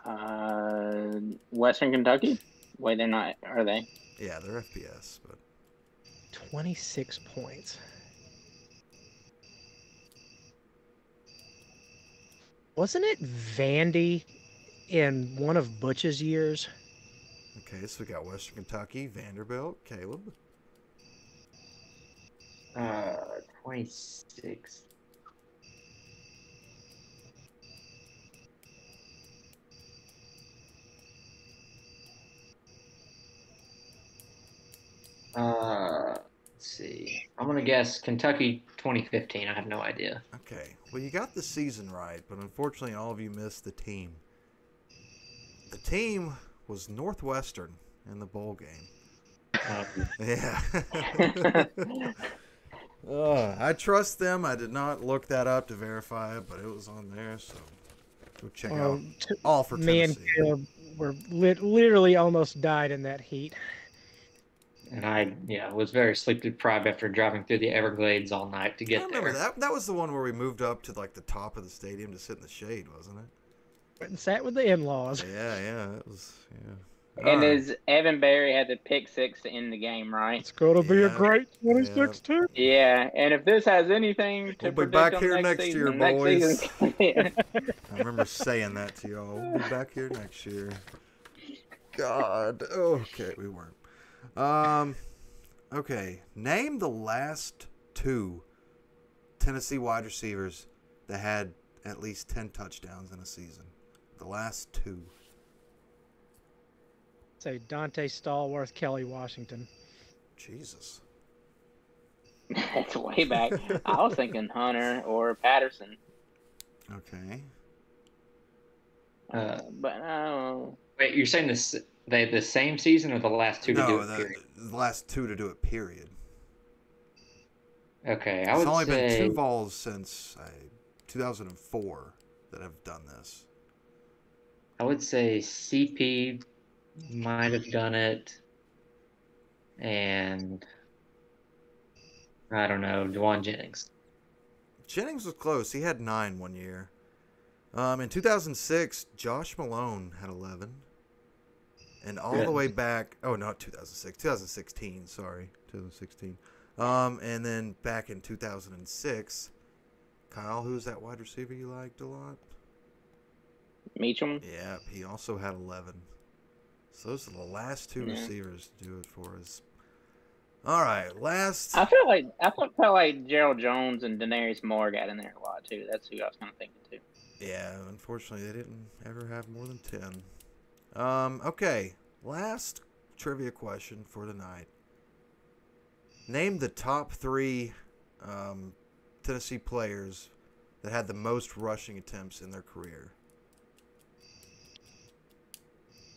Speaker 4: Uh, Western Kentucky? Wait, they're not, are they?
Speaker 1: Yeah, they're FPS, but
Speaker 5: 26 points. Wasn't it Vandy in one of Butch's years?
Speaker 1: okay. So we got Western Kentucky, Vanderbilt, Caleb.
Speaker 2: Uh, 26. Uh, let's see. I'm gonna guess Kentucky 2015. I have no idea.
Speaker 1: Okay. Well, you got the season right, but unfortunately, all of you missed the team. The team was Northwestern in the bowl game. Um, Yeah. Ugh, I trust them. I did not look that up to verify it, but it was on there, so go check out
Speaker 5: Um, t-
Speaker 1: all for
Speaker 5: me and
Speaker 1: Tennessee.
Speaker 5: Caleb were lit- literally almost died in that heat.
Speaker 2: and I, yeah, was very sleep deprived after driving through the Everglades all night to
Speaker 1: I
Speaker 2: get
Speaker 1: remember
Speaker 2: there.
Speaker 1: that. That was the one where we moved up to like the top of the stadium to sit in the shade, wasn't it?
Speaker 5: And sat with the in-laws.
Speaker 1: Yeah, yeah, that was yeah.
Speaker 4: And
Speaker 1: Alright.
Speaker 4: is Evan Barry had the pick six to end the game, right?
Speaker 5: It's gonna be a
Speaker 1: Yeah.
Speaker 5: great
Speaker 1: Yeah.
Speaker 5: 26 too.
Speaker 4: Yeah. And if this has anything to
Speaker 1: We'll be
Speaker 4: predict
Speaker 1: back
Speaker 4: on
Speaker 1: here
Speaker 4: next
Speaker 1: next year,
Speaker 4: season,
Speaker 1: boys.
Speaker 4: next season.
Speaker 1: I remember saying that to y'all. We'll be back here next year. God. Okay, we weren't. Um, okay. Name the last two Tennessee wide receivers that had at least ten touchdowns in a season. The last two.
Speaker 5: So Dante Stallworth, Kelly Washington.
Speaker 1: Jesus.
Speaker 4: That's way back. I was thinking Hunter or Patterson,
Speaker 1: Okay.
Speaker 2: Uh,
Speaker 4: but oh,
Speaker 2: wait, you're saying this they the same season or the last two to do
Speaker 1: no,
Speaker 2: it?
Speaker 1: the,
Speaker 2: period?
Speaker 1: the last two to do it. Period.
Speaker 2: Okay, I
Speaker 1: it's
Speaker 2: would
Speaker 1: only
Speaker 2: say
Speaker 1: been two balls since uh, I, 2004 that have done this.
Speaker 2: I would say CP might have done it, and I don't know Dwan Jennings.
Speaker 1: Jennings was close. He had nine one year. Um, in 2006, Josh Malone had 11. And all
Speaker 2: Yeah.
Speaker 1: the way back, oh, not 2006, 2016, sorry, 2016. Um, and then back in 2006, Kyle, who's that wide receiver you liked a lot?
Speaker 4: Meacham.
Speaker 1: Yep, he also had 11. So those are the last two
Speaker 4: Yeah.
Speaker 1: receivers to do it for us. All right, last.
Speaker 4: I feel like I felt, felt like Gerald Jones and Daenerys Moore got in there a lot too. That's who I was kind of thinking too.
Speaker 1: Yeah, unfortunately, they didn't ever have more than 10. Um, okay, last trivia question for tonight. Name the top three um, Tennessee players that had the most rushing attempts in their career.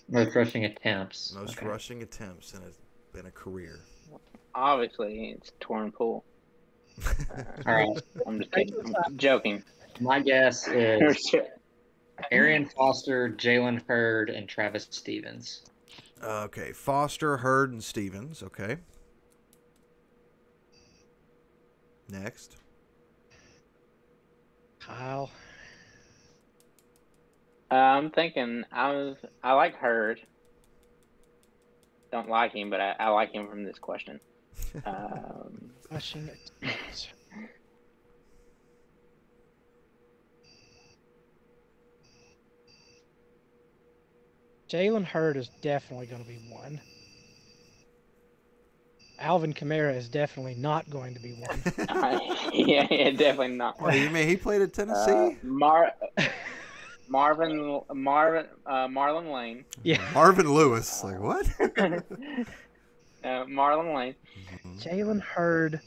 Speaker 2: Most rushing attempts.
Speaker 1: Most
Speaker 2: Okay.
Speaker 1: rushing attempts in a, in a career.
Speaker 4: Obviously, it's torn pool.
Speaker 2: All right,
Speaker 4: I'm just kidding. I'm joking.
Speaker 2: my guess is Arian Foster, Jalen Hurd, and Travis Stevens.
Speaker 1: Uh, okay, Foster, Hurd, and Stevens. Okay. Next.
Speaker 5: Kyle.
Speaker 4: Uh, I'm thinking I was I like Hurd. Don't like him, but I, I like him from this question. Um,
Speaker 5: Rushing attempts. Jalen Hurd is definitely going to be one. Alvin Kamara is definitely not going to be one.
Speaker 4: I- yeah, yeah, definitely not.
Speaker 1: What do you mean? He played at Tennessee?
Speaker 4: Uh, Mar- Marvin Marvin uh, Marlon Lane.
Speaker 5: yeah.
Speaker 1: Marvin Lewis. Like, what?
Speaker 4: Uh, Marlon Lane.
Speaker 1: Mm-hmm.
Speaker 5: Jalen Hurd.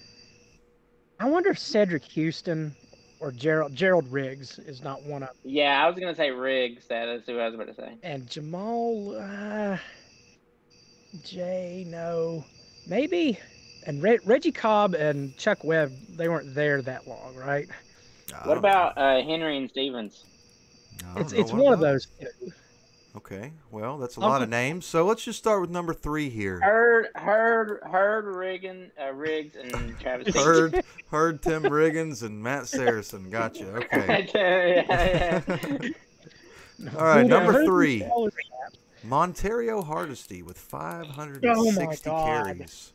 Speaker 5: I wonder if Cedric Houston or Gerald Gerald Riggs is not one of
Speaker 4: Yeah, I was gonna say Riggs. That is who I was about to say.
Speaker 5: and Jamal uh, Jay no maybe and Re- Reggie Cobb and Chuck Webb they weren't there that long right
Speaker 1: I
Speaker 4: What
Speaker 1: don't
Speaker 4: about uh, Henry and Stevens?
Speaker 1: know. I
Speaker 5: it's
Speaker 1: don't know
Speaker 5: it's
Speaker 1: what
Speaker 5: one of
Speaker 1: about-
Speaker 5: those two.
Speaker 1: Okay, well, that's a
Speaker 5: I'll
Speaker 1: lot
Speaker 5: go-
Speaker 1: of names. So let's just start with number three here.
Speaker 4: Heard, heard, heard Riggin, uh, Riggs and Travis. Stevens.
Speaker 1: Heard, heard Tim Riggins and Matt Saracen. Gotcha. Okay.
Speaker 4: yeah, yeah.
Speaker 1: All right,
Speaker 5: Who the-
Speaker 1: number
Speaker 5: who the
Speaker 1: three.
Speaker 5: hell is that?
Speaker 1: Monterio Hardesty with 560
Speaker 5: God.
Speaker 1: carries.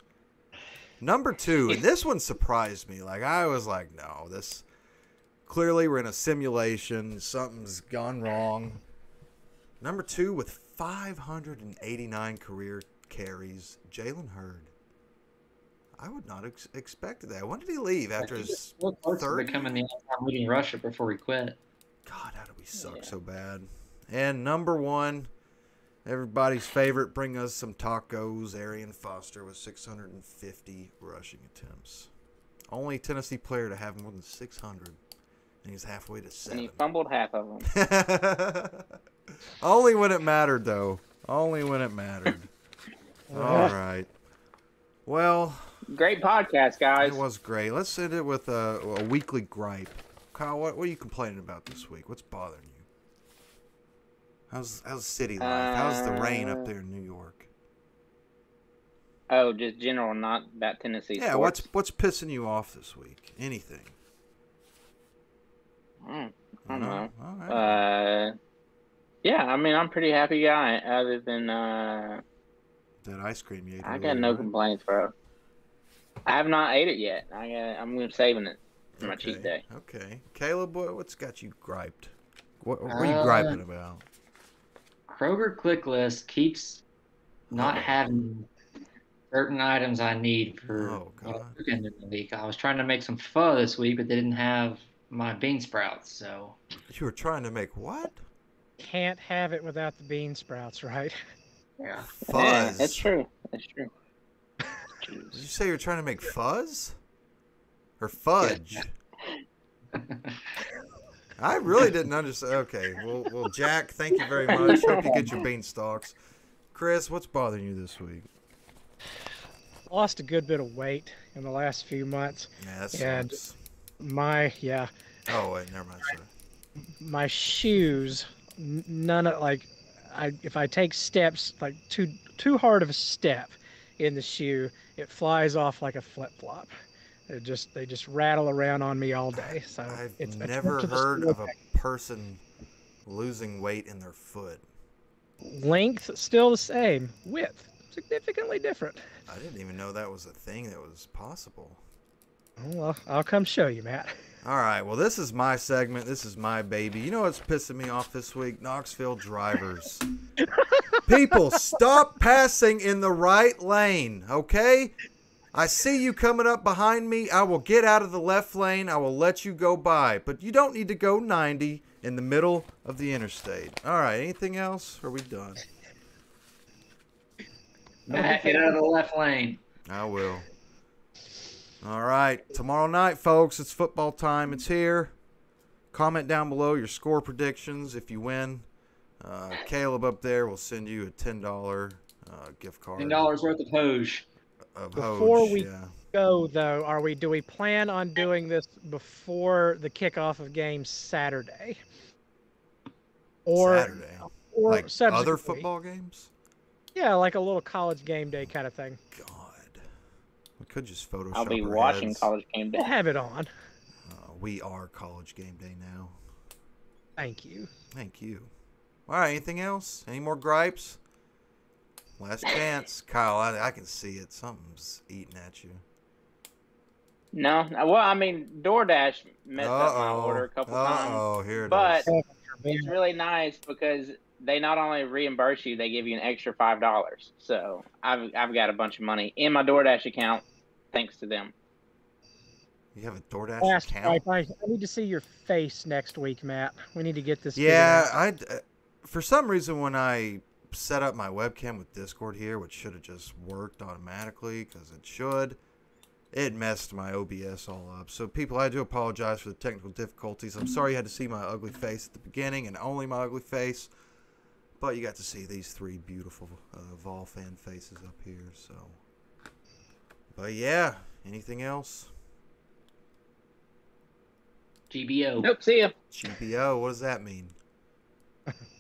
Speaker 1: Number two, and this one surprised me. Like I was like, no, this clearly we're in a simulation. Something's gone wrong. Number two with 589 career carries, Jalen Hurd. I would not ex- expect that. When did he leave after his
Speaker 2: What close to
Speaker 1: 30?
Speaker 2: becoming the all-time leading rusher before he quit?
Speaker 1: God, how do we suck
Speaker 4: Yeah.
Speaker 1: so bad? And number one, everybody's favorite, bring us some tacos. Arian Foster with 650 rushing attempts. Only Tennessee player to have more than 600, and he's halfway to
Speaker 4: and he
Speaker 1: seven.
Speaker 4: fumbled half of them.
Speaker 1: Only when it mattered, though. Only when it mattered. All right. Well,
Speaker 4: Great podcast, guys.
Speaker 1: it was great. Let's end it with a, a weekly gripe. Kyle, what, what are you complaining about this week? What's bothering you? How's how's city life? how's the rain up
Speaker 4: Uh,
Speaker 1: there in New York?
Speaker 4: Oh, just general, not about Tennessee.
Speaker 1: Yeah,
Speaker 4: sports.
Speaker 1: what's what's pissing you off this week? Anything?
Speaker 4: Mm, I don't
Speaker 1: No?
Speaker 4: know.
Speaker 1: All right.
Speaker 4: Uh, yeah, I mean, I'm a pretty happy guy. Other than uh,
Speaker 1: that ice cream you ate.
Speaker 4: I
Speaker 1: earlier,
Speaker 4: got no
Speaker 1: right?
Speaker 4: complaints, bro. I have not ate it yet. I got, I'm gonna saving it for my
Speaker 1: okay.
Speaker 4: cheat day.
Speaker 1: Okay, Caleb, what, what's got you griped? What, what are you
Speaker 2: Uh,
Speaker 1: griping about?
Speaker 2: Kroger click list keeps not
Speaker 1: Oh.
Speaker 2: having certain items I need for
Speaker 1: Oh,
Speaker 2: what I'm
Speaker 1: God.
Speaker 2: cooking in the week. I was trying to make some pho this week, but they didn't have my bean sprouts, so
Speaker 1: You were trying to make what?
Speaker 5: Can't have it without the bean sprouts, right?
Speaker 2: yeah.
Speaker 4: Yeah,
Speaker 1: Fuzz.
Speaker 4: that's true. That's true.
Speaker 1: Did you
Speaker 4: Jeez.
Speaker 1: say you're trying to make fuzz? Or fudge? I really didn't understand. Okay, well, well, Jack, thank you very much. Hope you get your bean stalks. Chris, what's bothering you this week?
Speaker 5: Lost a good bit of weight in the last few months.
Speaker 1: Yeah, that
Speaker 5: Yeah,
Speaker 1: sucks.
Speaker 5: My yeah,
Speaker 1: Oh wait, never mind. Sorry.
Speaker 5: my shoes. n- None of like, I if I take steps like too too hard of a step in the shoe, it flies off like a flip flop. It just they just rattle around on me all day. So
Speaker 1: I've
Speaker 5: Uh, it's a
Speaker 1: never
Speaker 5: trip to the
Speaker 1: heard
Speaker 5: store.
Speaker 1: of a person losing weight in their foot.
Speaker 5: length still the same, width significantly different.
Speaker 1: I didn't even know that was a thing that was possible.
Speaker 5: Oh, Well, I'll come show you, Matt.
Speaker 1: All right, well, this is my segment. This is my baby. You know what's pissing me off this week? Knoxville drivers. People, stop passing in the right lane, okay? I see you coming up behind me. I will get out of the left lane. I will let you go by, but you don't need to go 90 in the middle of the interstate. All right, anything else? Are we done?
Speaker 2: Matt, get out of the left lane.
Speaker 1: I will. All right. Tomorrow night, folks, it's football time. It's here. Comment down below your score predictions if you win. Uh, Caleb up there will send you a $10 uh, gift card
Speaker 2: Ten dollars worth of hose.
Speaker 1: of
Speaker 5: Before
Speaker 1: Hoge,
Speaker 5: we-
Speaker 1: yeah.
Speaker 5: Go though, are we? Do we plan on doing this before the kickoff of game Saturday, or
Speaker 1: Saturday.
Speaker 5: or
Speaker 1: like other
Speaker 5: subsequently?
Speaker 1: football games?
Speaker 5: Yeah, like a little college game day kind of thing.
Speaker 1: God. We could just Photoshop
Speaker 4: I'll be
Speaker 1: our
Speaker 4: watching
Speaker 1: heads.
Speaker 4: college game
Speaker 5: We'll
Speaker 4: day.
Speaker 5: have it on.
Speaker 1: Uh, we are college game day now.
Speaker 5: Thank you.
Speaker 1: Thank you. All right, anything else? Any more gripes? Last chance, Kyle. I, I can see it. Something's eating at you.
Speaker 4: No, Uh, well, I mean, DoorDash messed up my
Speaker 1: Uh-oh.
Speaker 4: order a couple times.
Speaker 1: Uh-oh, here it is.
Speaker 4: But-
Speaker 5: Man,
Speaker 4: It's really nice because they not only reimburse you, they give you an extra five dollars. So I've I've got a bunch of money in my DoorDash account thanks to them.
Speaker 1: you have a DoorDash
Speaker 5: Last
Speaker 1: account?
Speaker 5: wipe, I, I need to see your face next week, Matt. We need to get this. figured
Speaker 1: Yeah,
Speaker 5: out.
Speaker 1: I. uh, For some reason, when I set up my webcam with Discord here, which should have just worked automatically because it should, it messed my OBS all up. So, people, I do apologize for the technical difficulties. I'm sorry you had to see my ugly face at the beginning and only my ugly face, but you got to see these three beautiful uh, Vol fan faces up here. So, but yeah, anything else?
Speaker 2: GBO.
Speaker 4: Nope, see ya.
Speaker 1: GPO, what does that mean?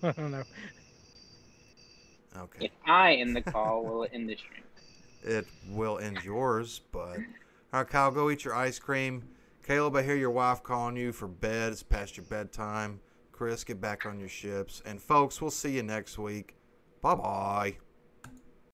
Speaker 5: I don't know.
Speaker 1: Okay.
Speaker 4: If I end the call, will it end the stream?
Speaker 1: it will end yours. But all right, Kyle, go eat your ice cream. Caleb, I hear your wife calling you for bed. It's past your bedtime. Chris, get back on your ships. And folks, we'll see you next week. Bye bye.